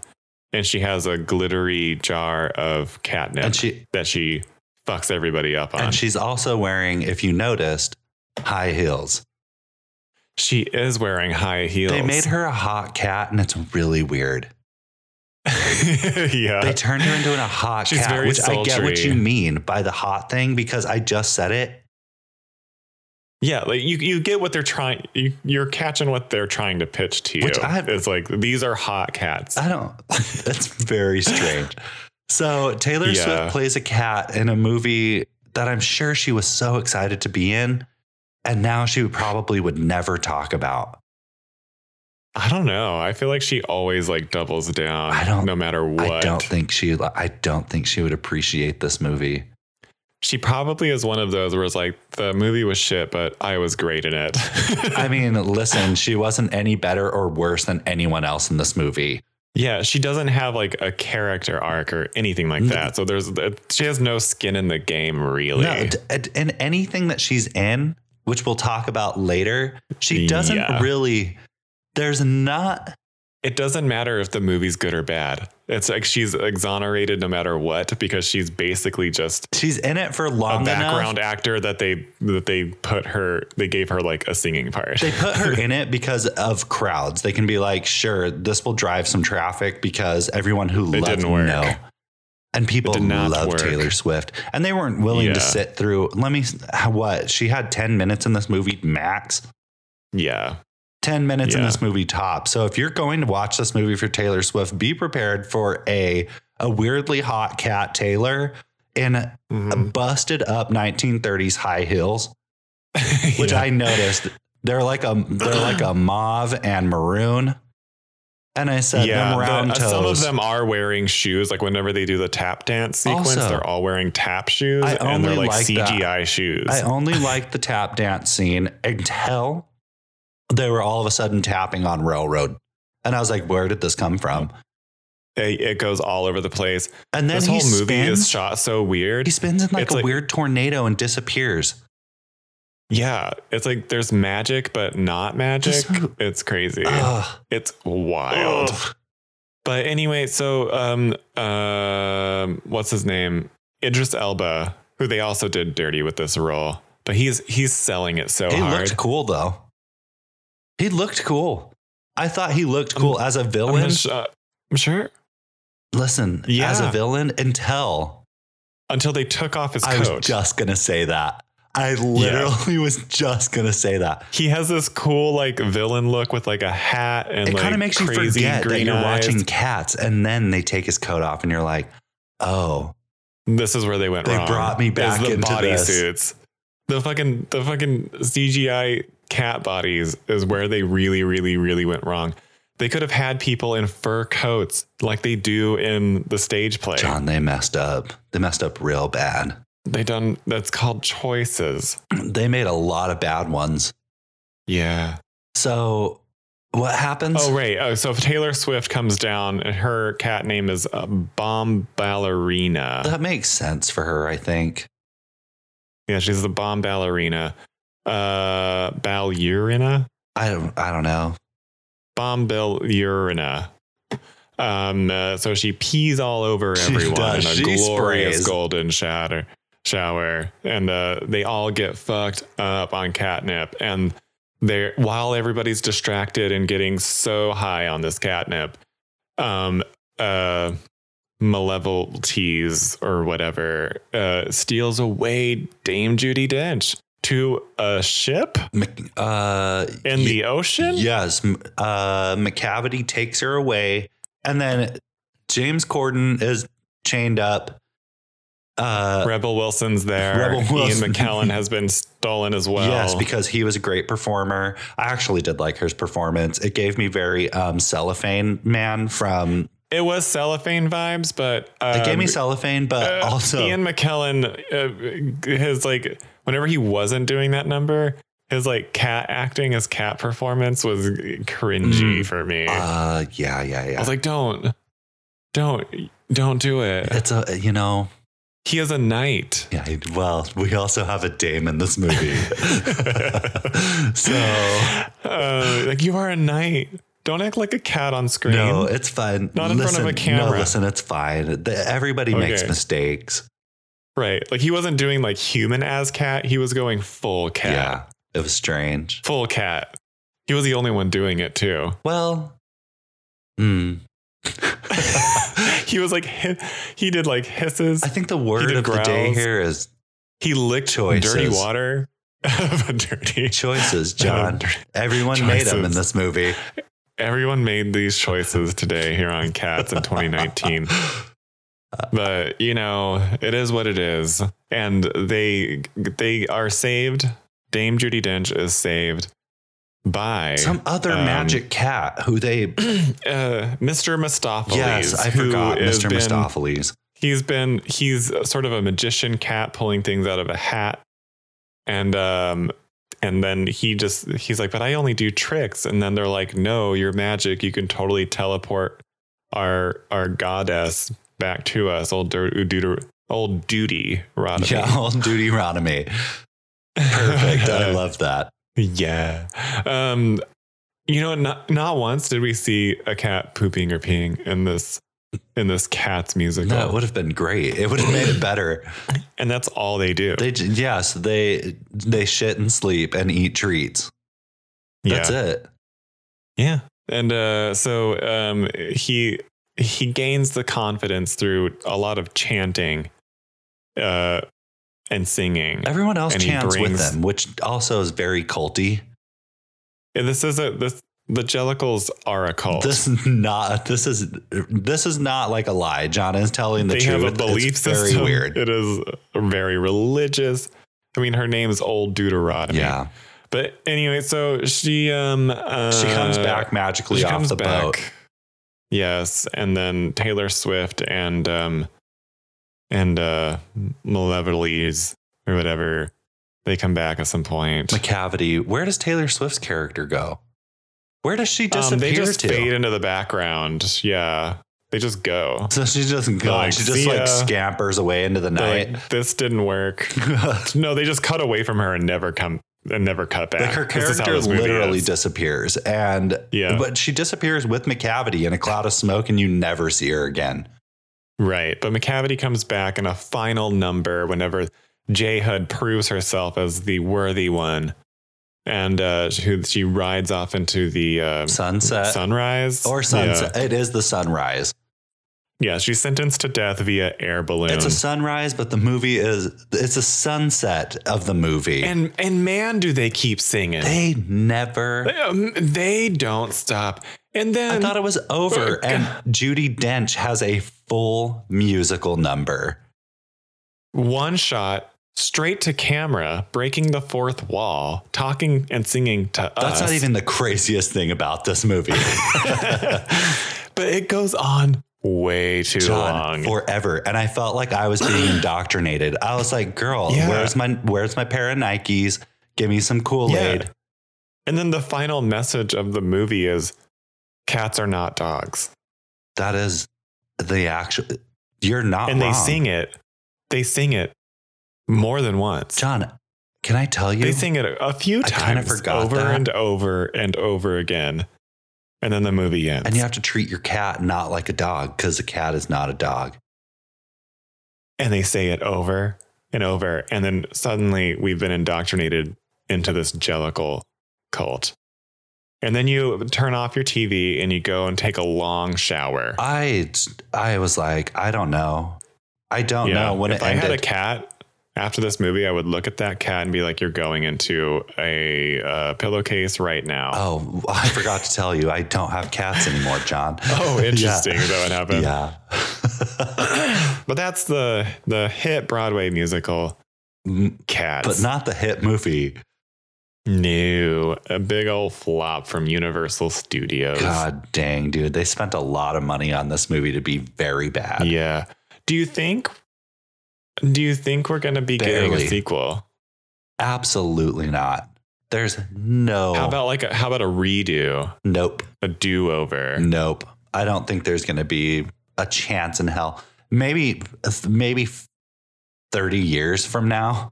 Speaker 1: and she has a glittery jar of catnip
Speaker 2: and she
Speaker 1: that she fucks everybody up on.
Speaker 2: and
Speaker 1: She,
Speaker 2: she's also wearing, if you noticed, high heels.
Speaker 1: is wearing high heels.
Speaker 2: They made her a hot cat, and it's really weird.
Speaker 1: yeah.
Speaker 2: They turned her into a hot
Speaker 1: Uh, She's
Speaker 2: cat,
Speaker 1: very
Speaker 2: which I get what
Speaker 1: sultry.
Speaker 2: you mean by the hot thing because I just said it.
Speaker 1: Yeah, like you, you get what they're trying. You, you're catching what they're trying to pitch to you.
Speaker 2: Which I-
Speaker 1: it's like these are hot cats.
Speaker 2: I don't. That's very strange. So Taylor
Speaker 1: Yeah.
Speaker 2: Swift plays a cat in a movie that I'm sure she was so excited to be in, and now she probably would never talk about.
Speaker 1: I don't know. I feel like she always like doubles down.
Speaker 2: I don't-
Speaker 1: No matter what.
Speaker 2: I don't think she. I don't think she would appreciate this movie.
Speaker 1: She probably is one of those where it's like the movie was shit, but I was great in it.
Speaker 2: I mean, listen, she wasn't any better or worse than anyone else in this movie.
Speaker 1: yeah, she doesn't have like a character arc or anything like
Speaker 2: No.
Speaker 1: that. So there's uh, she has no skin in the game really.
Speaker 2: No, d- d- and anything that she's in, which we'll talk about later, she doesn't
Speaker 1: Yeah.
Speaker 2: really. There's not.
Speaker 1: it doesn't matter if the movie's good or bad. It's like she's exonerated no matter what because she's basically just
Speaker 2: She's in it for
Speaker 1: a
Speaker 2: long enough.
Speaker 1: background actor that they that they put her they gave her like a singing part.
Speaker 2: They put her in it because of crowds. They can be like, sure, this will drive some traffic because everyone who
Speaker 1: It
Speaker 2: loved
Speaker 1: didn't work.
Speaker 2: know. And people
Speaker 1: did not
Speaker 2: love
Speaker 1: work.
Speaker 2: Taylor Swift, and they weren't willing
Speaker 1: Yeah.
Speaker 2: to sit through. Let me. What she had ten minutes in this movie max.
Speaker 1: yeah.
Speaker 2: 10 minutes in
Speaker 1: Yeah.
Speaker 2: this movie top. So if you're going to watch this movie for Taylor Swift, be prepared for a a weirdly hot cat Taylor in a
Speaker 1: Mhm.
Speaker 2: busted up 1930s high heels, which
Speaker 1: Yeah.
Speaker 2: I noticed they're like a they're like a mauve and maroon. And I said
Speaker 1: yeah,
Speaker 2: them
Speaker 1: the-
Speaker 2: round
Speaker 1: uh,
Speaker 2: toes.
Speaker 1: some of them are wearing shoes. Like whenever they do the tap dance sequence,
Speaker 2: Also,
Speaker 1: they're all wearing tap shoes,
Speaker 2: I
Speaker 1: and they're
Speaker 2: only
Speaker 1: like,
Speaker 2: like that.
Speaker 1: CGI shoes.
Speaker 2: I only liked the tap dance scene until they were all of a sudden tapping on railroad. And I was like, where did this come from?
Speaker 1: it, it goes all over the place.
Speaker 2: And then
Speaker 1: this
Speaker 2: he
Speaker 1: whole movie
Speaker 2: spins.
Speaker 1: is shot so weird.
Speaker 2: He spins in like
Speaker 1: It's
Speaker 2: a
Speaker 1: like-
Speaker 2: weird tornado and disappears.
Speaker 1: yeah, it's like there's magic, but not magic.
Speaker 2: This mo-
Speaker 1: it's crazy.
Speaker 2: Ugh.
Speaker 1: it's wild.
Speaker 2: Ugh.
Speaker 1: But anyway, so um, um, what's his name? Idris Elba, who they also did dirty with this role, but he's he's selling it so
Speaker 2: he
Speaker 1: hard.
Speaker 2: looked cool though. He looked cool. I thought he looked cool as a
Speaker 1: I'm
Speaker 2: villain.
Speaker 1: just, uh, I'm sure
Speaker 2: Listen, as a
Speaker 1: Yeah.
Speaker 2: villain until
Speaker 1: until they took off his
Speaker 2: I was
Speaker 1: coat.
Speaker 2: just gonna say that. I literally was just gonna say that.
Speaker 1: he has this cool like villain look with like a hat and
Speaker 2: It
Speaker 1: like
Speaker 2: kind of makes you
Speaker 1: crazy
Speaker 2: forget that
Speaker 1: green
Speaker 2: you're
Speaker 1: eyes.
Speaker 2: watching cats, and then they take his coat off, and you're like, "Oh,
Speaker 1: This is where they went
Speaker 2: They
Speaker 1: wrong.
Speaker 2: brought me back
Speaker 1: is the
Speaker 2: into
Speaker 1: body
Speaker 2: this.
Speaker 1: suits. The fucking the fucking CGI cat bodies is where they really really really went wrong. They could have had people in fur coats like they do in the stage play.
Speaker 2: John, they messed up. They messed up real bad.
Speaker 1: They done that's called choices.
Speaker 2: They made a lot of bad ones."
Speaker 1: Yeah.
Speaker 2: So what happens?
Speaker 1: Oh right. Oh, so if Taylor Swift comes down and her cat name is uh, Bomb Ballerina.
Speaker 2: that makes sense for her, I think.
Speaker 1: yeah, she's the Bomb Ballerina. Uh Balurina?
Speaker 2: I don't I don't know.
Speaker 1: Bombil Urina. Um, uh, so she pees all over
Speaker 2: She
Speaker 1: everyone
Speaker 2: does.
Speaker 1: in a
Speaker 2: She
Speaker 1: glorious
Speaker 2: sprays.
Speaker 1: golden shatter, shower, and uh, they all get fucked up on catnip. And they, while everybody's distracted and getting so high on this catnip, um, uh, Malevolent Tease or whatever uh, steals away Dame Judy Dench to a ship
Speaker 2: Mc- Uh,
Speaker 1: in the ocean.
Speaker 2: yes, m- uh, McCavity takes her away, and then James Corden is chained up. Uh,
Speaker 1: Rebel Wilson's there.
Speaker 2: Rebel Wilson.
Speaker 1: Ian McKellen has been stolen as well.
Speaker 2: yes, because he was a great performer. I actually did like his performance. It gave me very um, cellophane man from.
Speaker 1: it was cellophane vibes, but um,
Speaker 2: it gave me cellophane, but
Speaker 1: uh,
Speaker 2: also
Speaker 1: Ian McKellen, uh, his like whenever he wasn't doing that number, his like cat acting, his cat performance was cringy
Speaker 2: Mm.
Speaker 1: for me.
Speaker 2: uh, yeah, yeah,
Speaker 1: I
Speaker 2: yeah.
Speaker 1: was like, don't, don't, don't do it.
Speaker 2: it's a you know
Speaker 1: He is a knight.
Speaker 2: Yeah, I- well, we also have a dame in this movie. so,
Speaker 1: Uh, like you are a knight. Don't act like a cat on screen.
Speaker 2: no, it's fine.
Speaker 1: Not in front of a
Speaker 2: No,
Speaker 1: camera.
Speaker 2: listen, it's fine. The- everybody makes
Speaker 1: Okay.
Speaker 2: mistakes.
Speaker 1: Right. Like he wasn't doing like human as cat. He was going full cat.
Speaker 2: Yeah, it was strange.
Speaker 1: Full cat. He was the only one doing it too.
Speaker 2: Well, hmm.
Speaker 1: he was like hi- he did like hisses.
Speaker 2: I think the word
Speaker 1: did
Speaker 2: of the day
Speaker 1: growls.
Speaker 2: here is
Speaker 1: He licked
Speaker 2: Choices.
Speaker 1: dirty water out of a dirty
Speaker 2: choices, John. Everyone made them in
Speaker 1: Choices.
Speaker 2: this movie.
Speaker 1: Everyone made these choices today here on Cats in 2019.
Speaker 2: Uh,
Speaker 1: But, you know, it is what it is. And they they are saved. Dame Judy Dench is saved by
Speaker 2: Some other
Speaker 1: Um,
Speaker 2: magic cat who they.
Speaker 1: uh, Mr. Mistopheles.
Speaker 2: Yes, I
Speaker 1: who
Speaker 2: forgot
Speaker 1: has
Speaker 2: Mr.
Speaker 1: been-
Speaker 2: Mistopheles.
Speaker 1: He's been he's sort of a magician cat pulling things out of a hat, and um, and then he just he's like, but I only do tricks, and then they're like, no, you're magic. You can totally teleport our our goddess back to us, old Dur- Ududer- old duty, Rodney.
Speaker 2: Yeah, old duty Ronomy. Perfect. I love that.
Speaker 1: Yeah. Um, you know, not not once did we see a cat pooping or peeing in this in this cat's musical,
Speaker 2: No, it would have been great. It would have made it better.
Speaker 1: and that's all they do.
Speaker 2: They j- yes, they they shit and sleep and eat treats. That's it.
Speaker 1: Yeah. And uh, so um, he he gains the confidence through a lot of chanting uh, and singing.
Speaker 2: Everyone else
Speaker 1: And he
Speaker 2: chants with
Speaker 1: brings-
Speaker 2: them, which also is very culty.
Speaker 1: And this is a this the Jellicles are a cult.
Speaker 2: This is not this is this is not like a lie. John is telling the
Speaker 1: they
Speaker 2: truth.
Speaker 1: have a belief
Speaker 2: it's
Speaker 1: system.
Speaker 2: Very weird.
Speaker 1: It is very religious. I mean, her name is Old Deuteronomy.
Speaker 2: Yeah,
Speaker 1: But anyway, so she um uh,
Speaker 2: she comes back magically
Speaker 1: she
Speaker 2: off
Speaker 1: comes
Speaker 2: the
Speaker 1: back.
Speaker 2: boat.
Speaker 1: Yes, and then Taylor Swift and um and uh Malevolis or whatever they come back at some point.
Speaker 2: McCavity. Where does Taylor Swift's character go? Where does she disappear
Speaker 1: Um, they just
Speaker 2: to?
Speaker 1: fade into the background. Yeah, they just go.
Speaker 2: So she doesn't go.
Speaker 1: Like,
Speaker 2: she just
Speaker 1: see
Speaker 2: like
Speaker 1: ya.
Speaker 2: scampers away into the
Speaker 1: They're
Speaker 2: night.
Speaker 1: like, this didn't work.
Speaker 2: like
Speaker 1: No, they just cut away from her and never come and never cut back.
Speaker 2: her
Speaker 1: This is how
Speaker 2: character
Speaker 1: this movie
Speaker 2: literally
Speaker 1: is.
Speaker 2: disappears, and
Speaker 1: Yeah.
Speaker 2: but she disappears with McCavity in a cloud of smoke, and you never see her again.
Speaker 1: Right. But McCavity comes back in a final number whenever J Hud proves herself as the worthy one. And uh, she, she rides off into the uh,
Speaker 2: Sunset
Speaker 1: sunrise.
Speaker 2: or sunset. It is the sunrise.
Speaker 1: Yeah. yeah, she's sentenced to death via air balloon.
Speaker 2: It's a sunrise, but the movie is it's a sunset of the movie.
Speaker 1: and, and man, do they keep singing. They,
Speaker 2: they never.
Speaker 1: um, they don't stop. And then
Speaker 2: I thought it was over, and Judy Dench has a full musical number.
Speaker 1: one shot straight to camera, breaking the fourth wall, talking and singing to us.
Speaker 2: That's not even the craziest thing about this movie.
Speaker 1: but it goes on way too
Speaker 2: John,
Speaker 1: long.
Speaker 2: forever, and I felt like I was being indoctrinated. I was like, "Girl,
Speaker 1: Yeah.
Speaker 2: where's my where's my pair of Nikes? Give me some Kool Aid."
Speaker 1: Yeah. And then the final message of the movie is cats are not dogs.
Speaker 2: That is the actual. You're not.
Speaker 1: and they
Speaker 2: wrong.
Speaker 1: sing it. They sing it more than once.
Speaker 2: John, can I tell you?
Speaker 1: they sing it a few
Speaker 2: I kinda
Speaker 1: times
Speaker 2: forgot
Speaker 1: over
Speaker 2: that.
Speaker 1: and over and over again. And then the movie ends.
Speaker 2: And you have to treat your cat not like a dog because a cat is not a dog.
Speaker 1: and they say it over and over. And then suddenly we've been indoctrinated into this jellical cult. And then you turn off your TV and you go and take a long shower.
Speaker 2: I I was like, I don't know. I don't know when
Speaker 1: if
Speaker 2: it
Speaker 1: I
Speaker 2: ended.
Speaker 1: had a cat after this movie, I would look at that cat and be like, "You're going into a uh, pillowcase right now."
Speaker 2: oh, I forgot to tell you, I don't have cats anymore, John.
Speaker 1: Oh, interesting.
Speaker 2: yeah.
Speaker 1: Is that what happened?
Speaker 2: Yeah.
Speaker 1: But that's the the hit Broadway musical Cats.
Speaker 2: but not the hit movie.
Speaker 1: no, a big old flop from Universal Studios.
Speaker 2: God dang, dude. They spent a lot of money on this movie to be very bad.
Speaker 1: Yeah. Do you think? Do you think we're gonna be getting
Speaker 2: Barely.
Speaker 1: a sequel?
Speaker 2: Absolutely not. There's no
Speaker 1: How about like a, how about a redo,
Speaker 2: nope.
Speaker 1: a do over?
Speaker 2: Nope. I don't think there's going to be a chance in hell. Maybe, maybe 30 years from now.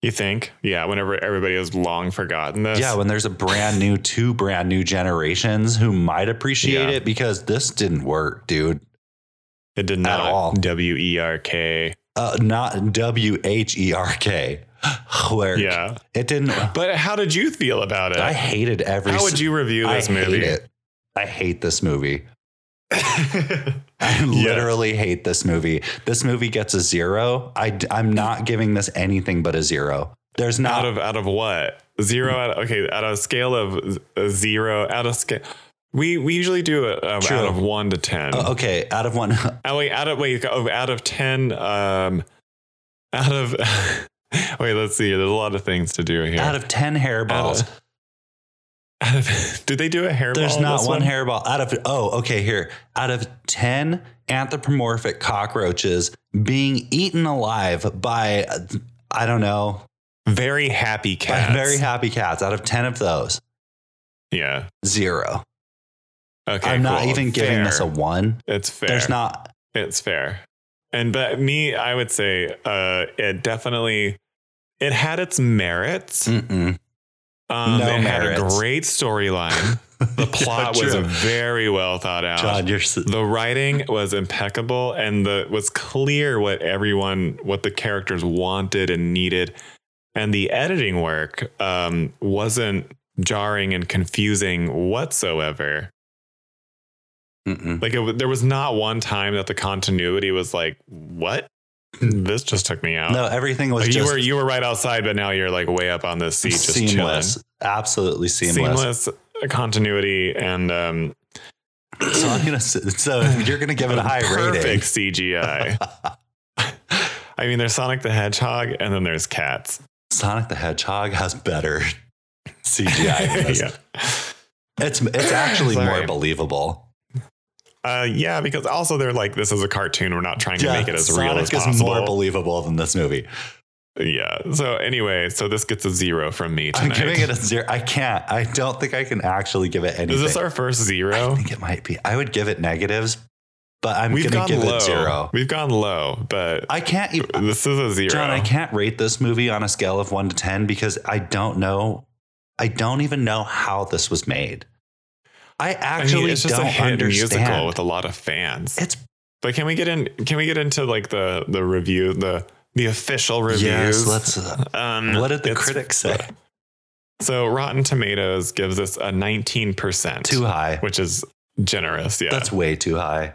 Speaker 1: You think? Yeah, whenever everybody has long forgotten this.
Speaker 2: Yeah, when there's a brand new, two brand new generations who might appreciate
Speaker 1: Yeah.
Speaker 2: it because this didn't work, dude.
Speaker 1: it did not.
Speaker 2: all.
Speaker 1: W E R K.
Speaker 2: Uh, not W H E R K. Work.
Speaker 1: Yeah.
Speaker 2: It didn't.
Speaker 1: But how did you feel about it?
Speaker 2: I hated every.
Speaker 1: how would you review this
Speaker 2: I
Speaker 1: movie?
Speaker 2: Hate it. I hate this movie. I
Speaker 1: Yeah.
Speaker 2: literally hate this movie. This movie gets a zero. I, am not giving this anything but a zero. There's
Speaker 1: out
Speaker 2: not.
Speaker 1: of out of what zero out okay out of a scale of z- a zero out of scale we we usually do it um,
Speaker 2: True.
Speaker 1: out of one to ten
Speaker 2: Oh, okay, out of one.
Speaker 1: oh wait out of wait oh, out of ten um out of wait let's see there's a lot of things to do here
Speaker 2: Out of ten hairballs.
Speaker 1: Out of- did they do a hairball
Speaker 2: There's
Speaker 1: in
Speaker 2: not
Speaker 1: this
Speaker 2: one hairball. Out of oh, okay. Here, out of ten anthropomorphic cockroaches being eaten alive by uh, I don't know
Speaker 1: very happy cats
Speaker 2: by very happy cats. Out of ten of those,
Speaker 1: yeah
Speaker 2: zero.
Speaker 1: okay
Speaker 2: I'm not
Speaker 1: cool.
Speaker 2: even giving
Speaker 1: Fair.
Speaker 2: this a one.
Speaker 1: it's fair
Speaker 2: There's not.
Speaker 1: It's fair. And but me, I would say uh it definitely it had its merits.
Speaker 2: Mm-mm.
Speaker 1: Um
Speaker 2: Mm. No
Speaker 1: it had a
Speaker 2: merits.
Speaker 1: great storyline. The plot
Speaker 2: Yeah,
Speaker 1: was
Speaker 2: true.
Speaker 1: very well thought out.
Speaker 2: John, you're s-
Speaker 1: the writing was impeccable and the was clear what everyone what the characters wanted and needed. And the editing work um wasn't jarring and confusing whatsoever.
Speaker 2: Mm-mm.
Speaker 1: Like it, w- there was not one time that the continuity was like, "What? This just took me out."
Speaker 2: no, everything was
Speaker 1: Like, you
Speaker 2: just
Speaker 1: were you were right outside, but now you're like way up on this seat, just
Speaker 2: seamless, absolutely
Speaker 1: chilling.
Speaker 2: seamless.
Speaker 1: Seamless. continuity and um,
Speaker 2: So I'm gonna. s- So you're gonna give it a high
Speaker 1: perfect
Speaker 2: rating.
Speaker 1: CGI. I mean, there's Sonic the Hedgehog, and then there's cats.
Speaker 2: Sonic the Hedgehog has better CGI. than this.
Speaker 1: yeah.
Speaker 2: It's it's actually more
Speaker 1: Sorry.
Speaker 2: believable.
Speaker 1: Uh, yeah, because also they're like, this is a cartoon. We're not trying to make it as
Speaker 2: Sonic
Speaker 1: real as
Speaker 2: is
Speaker 1: possible.
Speaker 2: more believable than this movie.
Speaker 1: yeah. So anyway, so this gets a zero from me tonight.
Speaker 2: I'm giving it a zero. I can't. I don't think I can actually give it anything.
Speaker 1: is this our first zero?
Speaker 2: I think it might be. I would give it negatives, but I'm
Speaker 1: We've
Speaker 2: gonna
Speaker 1: gone
Speaker 2: give
Speaker 1: low.
Speaker 2: it zero.
Speaker 1: We've gone low, but
Speaker 2: I can't even.
Speaker 1: this is a zero.
Speaker 2: John, I can't rate this movie on a scale of one to ten because I don't know. I don't even know how this was made. I
Speaker 1: I mean,
Speaker 2: actually
Speaker 1: it's just
Speaker 2: don't
Speaker 1: a hit
Speaker 2: understand.
Speaker 1: musical with a lot of fans.
Speaker 2: it's
Speaker 1: But can we get in? Can we get into like the the review the the official reviews?
Speaker 2: yes. Let's. Uh,
Speaker 1: um,
Speaker 2: what did the
Speaker 1: it's-
Speaker 2: critics say?
Speaker 1: So Rotten Tomatoes gives us a nineteen percent,
Speaker 2: Too high.
Speaker 1: which is generous. Yeah,
Speaker 2: That's way too high.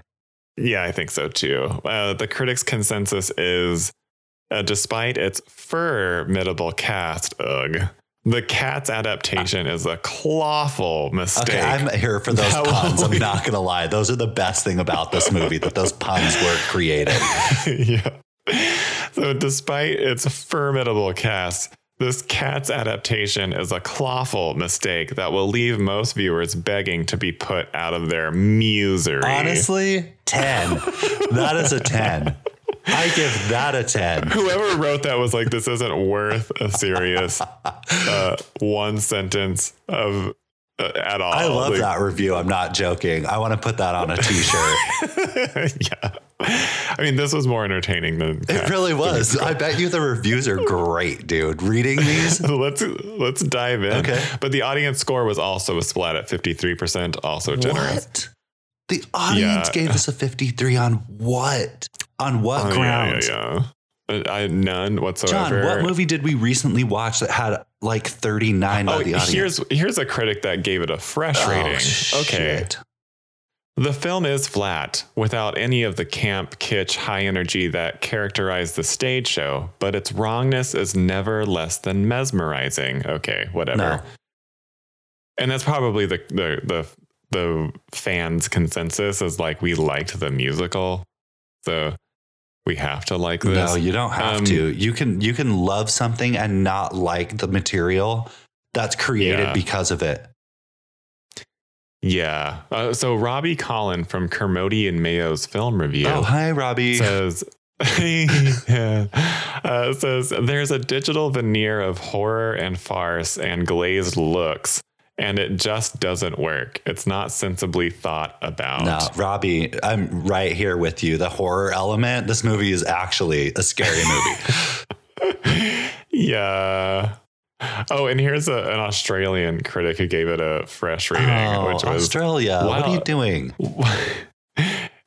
Speaker 1: yeah, I think so too. Uh, the critics' consensus is, uh, despite its formidable cast, ugh, the cat's adaptation is a clawful mistake.
Speaker 2: Okay, I'm here for those
Speaker 1: That
Speaker 2: puns. I'm
Speaker 1: was-
Speaker 2: not gonna lie; those are the best thing about this movie that those puns were created.
Speaker 1: yeah. So, despite its formidable cast, this cat's adaptation is a clawful mistake that will leave most viewers begging to be put out of their misery.
Speaker 2: Honestly, ten. That is a ten. I give that a ten.
Speaker 1: Whoever wrote that was like, this isn't worth a serious uh, one sentence of uh, at all.
Speaker 2: I love
Speaker 1: Like,
Speaker 2: that review. I'm not joking. I want to put that on a T-shirt.
Speaker 1: yeah. I mean, this was more entertaining than
Speaker 2: It really was. I bet you the reviews are great, dude. Reading these,
Speaker 1: let's let's dive in.
Speaker 2: Okay.
Speaker 1: But the audience score was also a splat at 53%, also generous.
Speaker 2: what? The audience
Speaker 1: Yeah.
Speaker 2: gave us a 53 on what? On what
Speaker 1: Oh, yeah,
Speaker 2: grounds?
Speaker 1: yeah, yeah. Uh, I, none
Speaker 2: John,
Speaker 1: whatsoever.
Speaker 2: what movie did we recently watch that had like 39 by
Speaker 1: Oh,
Speaker 2: the audience?
Speaker 1: here's here's a critic that gave it a fresh
Speaker 2: Oh,
Speaker 1: rating. Okay.
Speaker 2: shit.
Speaker 1: The film is flat, without any of the camp, kitsch, high energy that characterized the stage show, but its wrongness is never less than mesmerizing. Okay, whatever.
Speaker 2: No.
Speaker 1: And that's probably the, the the the fans' consensus is like we liked the musical, so we have to like this.
Speaker 2: No, you don't have
Speaker 1: Um,
Speaker 2: to. You can you can love something and not like the material that's created
Speaker 1: Yeah.
Speaker 2: because of it.
Speaker 1: Yeah. Uh, so Robbie Collin from Kermode and Mayo's film review.
Speaker 2: Oh, hi Robbie.
Speaker 1: says uh, says there's a digital veneer of horror and farce and glazed looks and it just doesn't work. It's not sensibly thought about.
Speaker 2: No, Robbie, I'm right here with you. The horror element. This movie is actually a scary movie.
Speaker 1: yeah. Oh, and here's a, an Australian critic who gave it a fresh rating,
Speaker 2: Oh,
Speaker 1: which was
Speaker 2: Australia. What are
Speaker 1: Wow.
Speaker 2: you doing?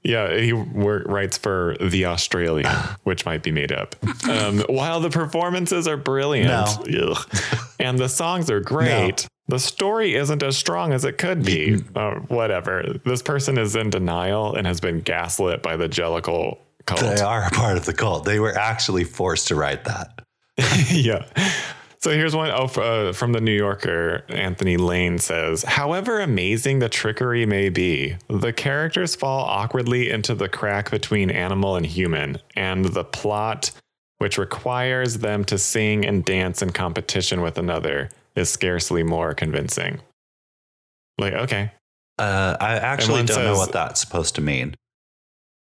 Speaker 1: yeah, he wor- writes for The Australian, which might be made up. Um, while the performances are brilliant Ugh. and the songs are great, the story isn't as strong as it could be. Uh, whatever. This person is in denial and has been gaslit by the Jellicle cult.
Speaker 2: They are a part of the cult. They were actually forced to write that.
Speaker 1: yeah. So here's one oh, f- uh, from the New Yorker. Anthony Lane says, however amazing the trickery may be, the characters fall awkwardly into the crack between animal and human, and the plot, which requires them to sing and dance in competition with another, is scarcely more convincing. Like, okay.
Speaker 2: Uh, I actually
Speaker 1: one
Speaker 2: don't know
Speaker 1: says-
Speaker 2: what that's supposed to mean.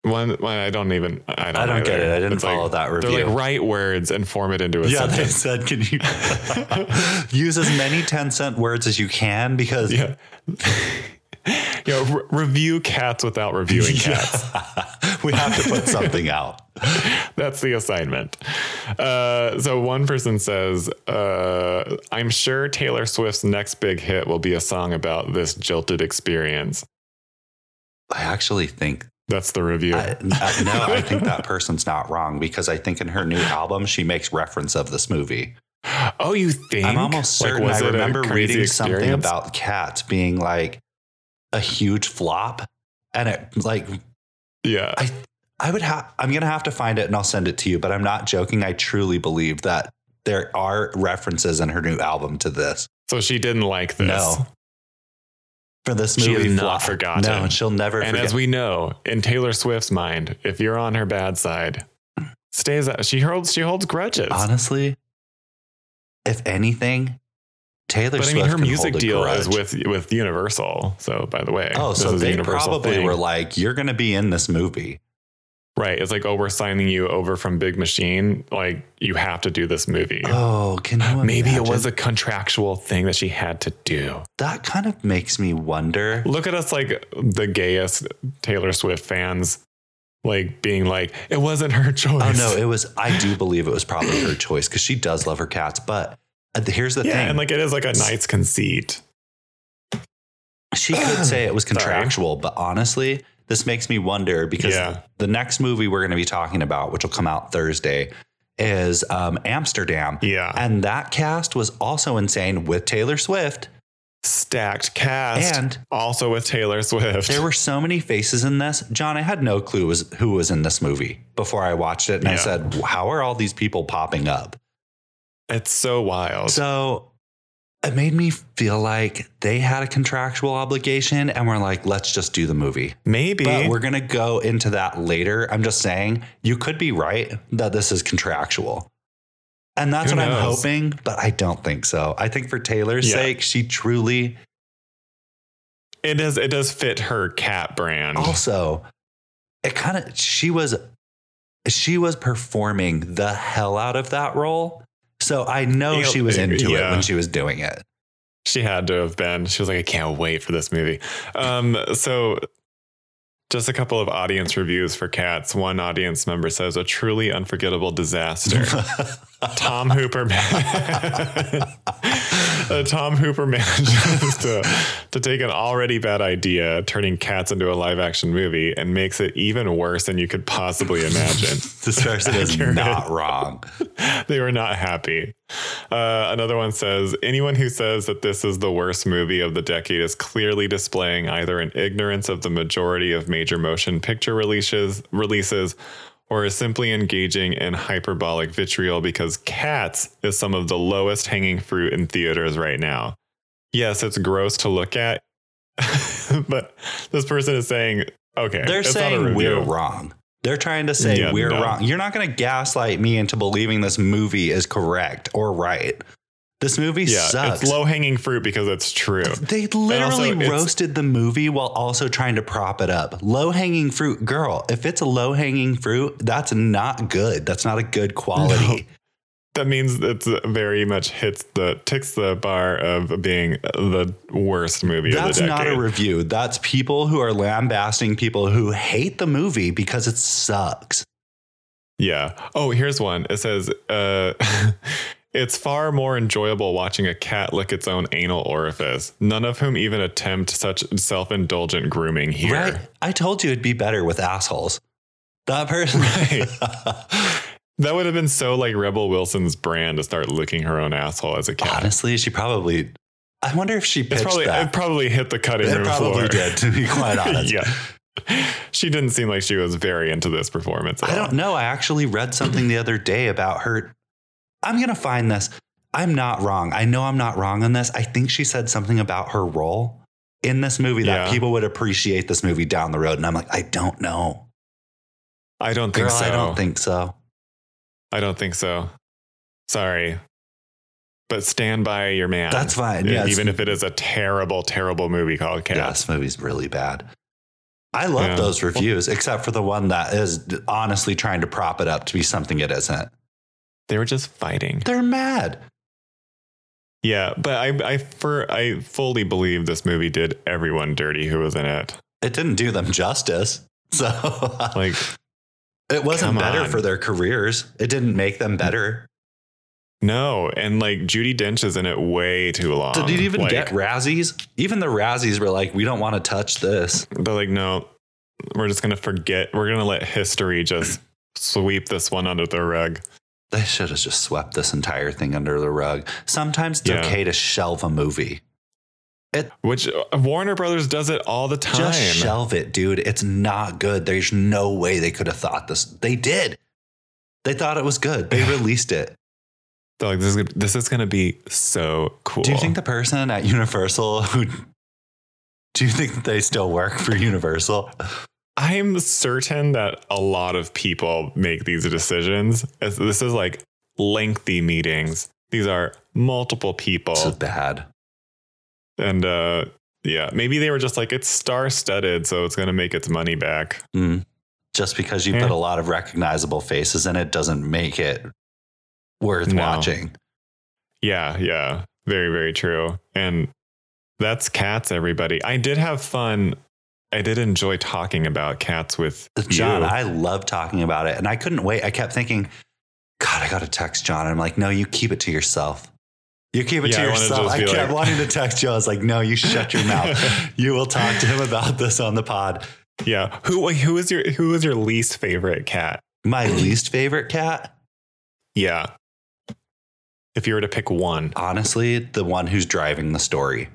Speaker 1: One, one, I don't even. I don't,
Speaker 2: I don't get
Speaker 1: either.
Speaker 2: it. I didn't
Speaker 1: It's like-
Speaker 2: follow that
Speaker 1: They're
Speaker 2: review.
Speaker 1: like write words and form it into a
Speaker 2: yeah, they
Speaker 1: sentence.
Speaker 2: said, can you use as many 10 cent words as you can? Because
Speaker 1: yeah. yeah, re- review cats without reviewing cats.
Speaker 2: we have to put something out.
Speaker 1: That's the assignment. Uh, so one person says, uh, I'm sure Taylor Swift's next big hit will be a song about this jilted experience.
Speaker 2: I actually think,
Speaker 1: That's the review.
Speaker 2: I, I- no, I think that person's not wrong because I think in her new album, she makes reference of this movie.
Speaker 1: oh, you think?
Speaker 2: I'm almost
Speaker 1: Like,
Speaker 2: certain.
Speaker 1: was
Speaker 2: I
Speaker 1: it a
Speaker 2: remember
Speaker 1: crazy
Speaker 2: reading something
Speaker 1: experience?
Speaker 2: about Cats being like a huge flop, and it like
Speaker 1: Yeah.
Speaker 2: I I would have I'm gonna have to find it and I'll send it to you. But I'm not joking. I truly believe that there are references in her new album to this.
Speaker 1: So she didn't like this.
Speaker 2: No. For this
Speaker 1: She
Speaker 2: movie,
Speaker 1: has not
Speaker 2: flop.
Speaker 1: forgotten.
Speaker 2: No, and she'll never
Speaker 1: And
Speaker 2: forget.
Speaker 1: as we know, in Taylor Swift's mind, if you're on her bad side, stays she holds she holds grudges.
Speaker 2: Honestly, if anything, Taylor
Speaker 1: but I
Speaker 2: Swift
Speaker 1: mean, her
Speaker 2: can
Speaker 1: music
Speaker 2: hold a
Speaker 1: deal is
Speaker 2: grudge.
Speaker 1: with with Universal. So, by the way,
Speaker 2: Oh,
Speaker 1: this
Speaker 2: so
Speaker 1: is a
Speaker 2: they
Speaker 1: Universal
Speaker 2: probably
Speaker 1: thing.
Speaker 2: were like, "You're gonna be in this movie."
Speaker 1: right. It's like, oh, we're signing you over from Big Machine. Like, you have to do this movie.
Speaker 2: Oh, can you
Speaker 1: Maybe it was
Speaker 2: imagine?
Speaker 1: a contractual thing that she had to do.
Speaker 2: that kind of makes me wonder.
Speaker 1: Look at us, like the gayest Taylor Swift fans, like being like, it wasn't her choice.
Speaker 2: Oh no, it was. I do believe it was probably her choice because she does love her cats. But uh, here's the
Speaker 1: yeah,
Speaker 2: thing:
Speaker 1: and like it is like a knight's conceit.
Speaker 2: she could say it was
Speaker 1: Sorry.
Speaker 2: contractual, but honestly, this makes me wonder because
Speaker 1: Yeah.
Speaker 2: the next movie we're going to be talking about, which will come out Thursday, is um, Amsterdam,
Speaker 1: Yeah,
Speaker 2: and that cast was also insane with Taylor Swift.
Speaker 1: stacked cast,
Speaker 2: And-
Speaker 1: also with Taylor Swift.
Speaker 2: There were so many faces in this. John, I had no clue was who was in this movie before I watched it, and I
Speaker 1: Yeah.
Speaker 2: said, "How are all these people popping up?"
Speaker 1: it's so wild.
Speaker 2: So it made me feel like they had a contractual obligation and we're like, let's just do the movie.
Speaker 1: Maybe
Speaker 2: But we're going to go into that later. I'm just saying, you could be right that this is contractual. And that's
Speaker 1: Who
Speaker 2: what I'm
Speaker 1: knows?
Speaker 2: hoping, but I don't think so. I think for Taylor's
Speaker 1: Yeah.
Speaker 2: sake, she truly
Speaker 1: It does. It does fit her cat brand.
Speaker 2: Oh. also it kind of she was she was performing the hell out of that role. So I know
Speaker 1: Yeah,
Speaker 2: she was into it
Speaker 1: yeah.
Speaker 2: when she was doing it.
Speaker 1: She had to have been. She was like, I can't wait for this movie. Um, so, just a couple of audience reviews for Cats. One audience member says, "A truly unforgettable disaster." Tom Hooper. Uh, Tom Hooper manages to, to take an already bad idea, turning cats into a live action movie, and makes it even worse than you could possibly imagine.
Speaker 2: This person is
Speaker 1: Accurate.
Speaker 2: not wrong.
Speaker 1: they were not happy. Uh, another one says anyone who says that this is the worst movie of the decade is clearly displaying either an ignorance of the majority of major motion picture releases releases or is simply engaging in hyperbolic vitriol because Cats is some of the lowest hanging fruit in theaters right now. Yes, it's gross to look at, but this person is saying, okay,
Speaker 2: They're
Speaker 1: it's not a
Speaker 2: saying we're
Speaker 1: review.
Speaker 2: wrong. They're trying to say
Speaker 1: Yeah,
Speaker 2: we're
Speaker 1: no.
Speaker 2: wrong. You're not going to gaslight me into believing this movie is correct or right. This movie
Speaker 1: Yeah,
Speaker 2: sucks.
Speaker 1: it's low hanging fruit because it's true.
Speaker 2: they literally
Speaker 1: it's-
Speaker 2: roasted the movie while also trying to prop it up. Low hanging fruit, girl. If it's a low hanging fruit, that's not good. That's not a good quality.
Speaker 1: That means it's very much hits the ticks the bar of being the worst movie
Speaker 2: That's
Speaker 1: of the
Speaker 2: not
Speaker 1: decade.
Speaker 2: a review. That's people who are lambasting people who hate the movie because it sucks.
Speaker 1: yeah. Oh, here's one. It says, uh, "It's far more enjoyable watching a cat lick its own anal orifice. None of whom even attempt such self-indulgent grooming here."
Speaker 2: Right? I told you it'd be better with assholes. That person.
Speaker 1: That would have been so like Rebel Wilson's brand to start licking her own asshole as a cat.
Speaker 2: Honestly, she probably. I wonder if she
Speaker 1: it's
Speaker 2: pitched
Speaker 1: probably
Speaker 2: that.
Speaker 1: it probably hit the cutting
Speaker 2: It
Speaker 1: room
Speaker 2: probably
Speaker 1: floor.
Speaker 2: did, to be quite honest.
Speaker 1: yeah. She didn't seem like she was very into this performance. At
Speaker 2: I don't
Speaker 1: All.
Speaker 2: know. I actually read something the other day about her. I'm going to find this. I'm not wrong. I know I'm not wrong on this. I think she said something about her role in this movie that
Speaker 1: Yeah.
Speaker 2: people would appreciate this movie down the road. And I'm like, I don't know.
Speaker 1: I don't think
Speaker 2: Girl,
Speaker 1: so.
Speaker 2: I don't think so.
Speaker 1: I don't think so. Sorry, but stand by your man.
Speaker 2: That's fine.
Speaker 1: E-
Speaker 2: Yes.
Speaker 1: Even if it is a terrible, terrible movie called Cat.
Speaker 2: yeah, this movie's really bad. I love
Speaker 1: Yeah.
Speaker 2: those reviews, except for the one that is honestly trying to prop it up to be something it isn't.
Speaker 1: They were just fighting.
Speaker 2: They're mad.
Speaker 1: Yeah, but I, I for I fully believe this movie did everyone dirty who was in it.
Speaker 2: It didn't do them justice. So
Speaker 1: Like
Speaker 2: It wasn't
Speaker 1: Come
Speaker 2: better
Speaker 1: on.
Speaker 2: for their careers. It didn't make them better.
Speaker 1: No, and like Judy Dench is in it way too long.
Speaker 2: Did it even
Speaker 1: like,
Speaker 2: get Razzies? Even the Razzies were like, we don't want to touch this.
Speaker 1: They're like, no, we're just gonna forget. We're gonna let history just sweep this one under the rug.
Speaker 2: They should have just swept this entire thing under the rug. Sometimes it's
Speaker 1: Yeah.
Speaker 2: okay to shelve a movie.
Speaker 1: Which uh, Warner Brothers does it all the time.
Speaker 2: Just shelve it, dude. It's not good. There's no way they could have thought this. They did. They thought it was good. They released it.
Speaker 1: They're like, this is, gonna- this is gonna be so cool.
Speaker 2: Do you think the person at Universal who do you think that they still work for Universal?
Speaker 1: I'm certain that a lot of people make these decisions? As This is like lengthy meetings. These are multiple people.
Speaker 2: It's bad.
Speaker 1: And uh yeah, maybe they were just like it's star-studded, so it's gonna make its money back.
Speaker 2: Mm. Just because you
Speaker 1: Yeah.
Speaker 2: put a lot of recognizable faces in it doesn't make it worth
Speaker 1: No.
Speaker 2: watching.
Speaker 1: Yeah, yeah. Very, very true. And that's cats, everybody. I did have fun. I did enjoy talking about cats with
Speaker 2: John,
Speaker 1: you.
Speaker 2: I love talking about it. And I couldn't wait. I kept thinking, God, I got to text John. And I'm like, no, you keep it to yourself. You keep it
Speaker 1: Yeah,
Speaker 2: to
Speaker 1: I wanna
Speaker 2: yourself.
Speaker 1: just
Speaker 2: I
Speaker 1: be
Speaker 2: kept
Speaker 1: like-
Speaker 2: wanting to text you. I was like, no, you shut your mouth. you will talk to him about this on the pod.
Speaker 1: yeah. Who who is your who is your least favorite cat?
Speaker 2: My least favorite cat,
Speaker 1: Yeah. If you were to pick one.
Speaker 2: honestly, the one who's driving the story.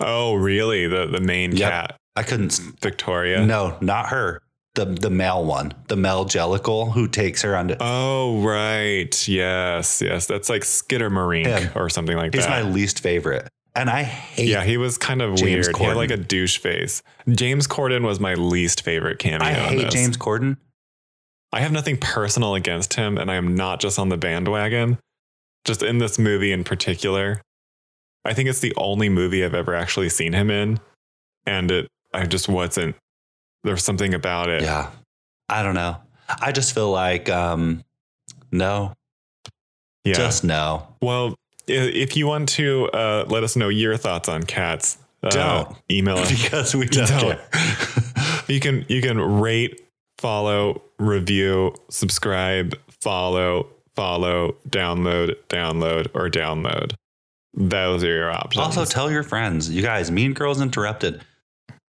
Speaker 1: Oh, really? The the main
Speaker 2: Yep.
Speaker 1: cat,
Speaker 2: I couldn't, s-
Speaker 1: Victoria.
Speaker 2: no, not her. The, the male one, the male Jellicle who takes her on.
Speaker 1: Oh right. Yes, yes. That's like Skittermarink
Speaker 2: Him.
Speaker 1: or something like
Speaker 2: He's
Speaker 1: that.
Speaker 2: my least favorite. And I hate
Speaker 1: yeah, he was kind of
Speaker 2: James
Speaker 1: weird. He had
Speaker 2: Corden.
Speaker 1: like a douche face. James Corden was my least favorite cameo.
Speaker 2: I
Speaker 1: in
Speaker 2: hate
Speaker 1: this.
Speaker 2: James Corden.
Speaker 1: I have nothing personal against him, and I am not just on the bandwagon. Just in this movie in particular, I think it's the only movie I've ever actually seen him in, and it I just wasn't. There's was something about it.
Speaker 2: Yeah. I don't know. I just feel like um no.
Speaker 1: Yeah.
Speaker 2: Just no.
Speaker 1: well, i- if you want to uh, let us know your thoughts on cats, uh,
Speaker 2: Don't.
Speaker 1: email us.
Speaker 2: because we don't,
Speaker 1: don't.
Speaker 2: care.
Speaker 1: You can you can rate, follow, review, subscribe, follow, follow, download, download, or download. Those are your options.
Speaker 2: also tell your friends, you guys, Mean Girls Interrupted.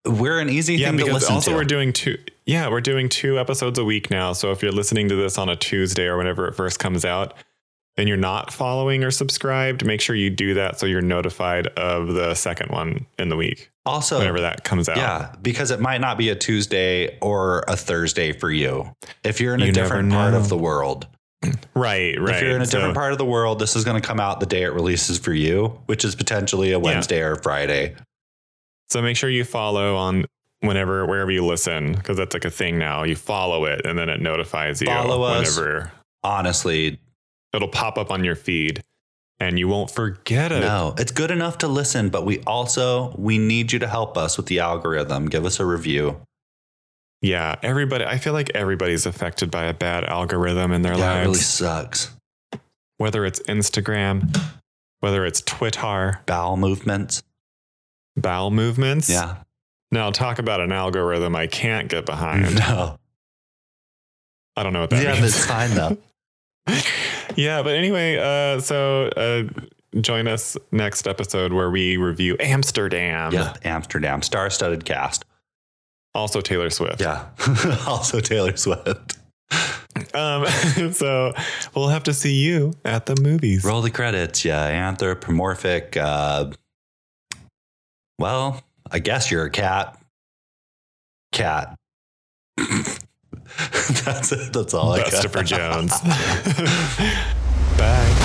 Speaker 2: We're an easy
Speaker 1: yeah,
Speaker 2: thing to
Speaker 1: because
Speaker 2: listen
Speaker 1: also
Speaker 2: to.
Speaker 1: we're doing two. Yeah, we're doing two episodes a week now. So if you're listening to this on a Tuesday or whenever it first comes out, and you're not following or subscribed, make sure you do that so you're notified of the second one in the week
Speaker 2: also
Speaker 1: whenever that comes out.
Speaker 2: yeah, because it might not be a Tuesday or a Thursday for you. If you're in a
Speaker 1: You never
Speaker 2: different part
Speaker 1: know.
Speaker 2: of the world,
Speaker 1: right, right.
Speaker 2: If you're in a
Speaker 1: So-
Speaker 2: different part of the world, this is going to come out the day it releases for you, which is potentially a Wednesday or Friday.
Speaker 1: So make sure you follow on whenever wherever you listen because that's like a thing now. You follow it and then it notifies you
Speaker 2: Follow us.
Speaker 1: whenever
Speaker 2: Honestly,
Speaker 1: it'll pop up on your feed and you won't forget it.
Speaker 2: no, it's good enough to listen, but we also we need you to help us with the algorithm. Give us a review.
Speaker 1: Yeah, everybody. I feel like everybody's affected by a bad algorithm in their
Speaker 2: Yeah, it
Speaker 1: lives.
Speaker 2: really sucks.
Speaker 1: Whether it's Instagram, whether it's Twitter,
Speaker 2: Bowel movements.
Speaker 1: bowel movements.
Speaker 2: Yeah.
Speaker 1: Now talk about an algorithm I can't get behind.
Speaker 2: No.
Speaker 1: I don't know what that
Speaker 2: Mm-hmm. Yeah, but
Speaker 1: means.
Speaker 2: it's fine though.
Speaker 1: yeah, but anyway, uh, so uh, join us next episode where we review Amsterdam.
Speaker 2: Yeah. Amsterdam. Star studded cast.
Speaker 1: Also Taylor Swift.
Speaker 2: Yeah. also Taylor Swift.
Speaker 1: Um, so we'll have to see you at the movies.
Speaker 2: Roll the credits, yeah. Anthropomorphic. Uh, well, I guess you're a cat. Cat. that's it. That's all I got.
Speaker 1: Christopher Jones. Bye.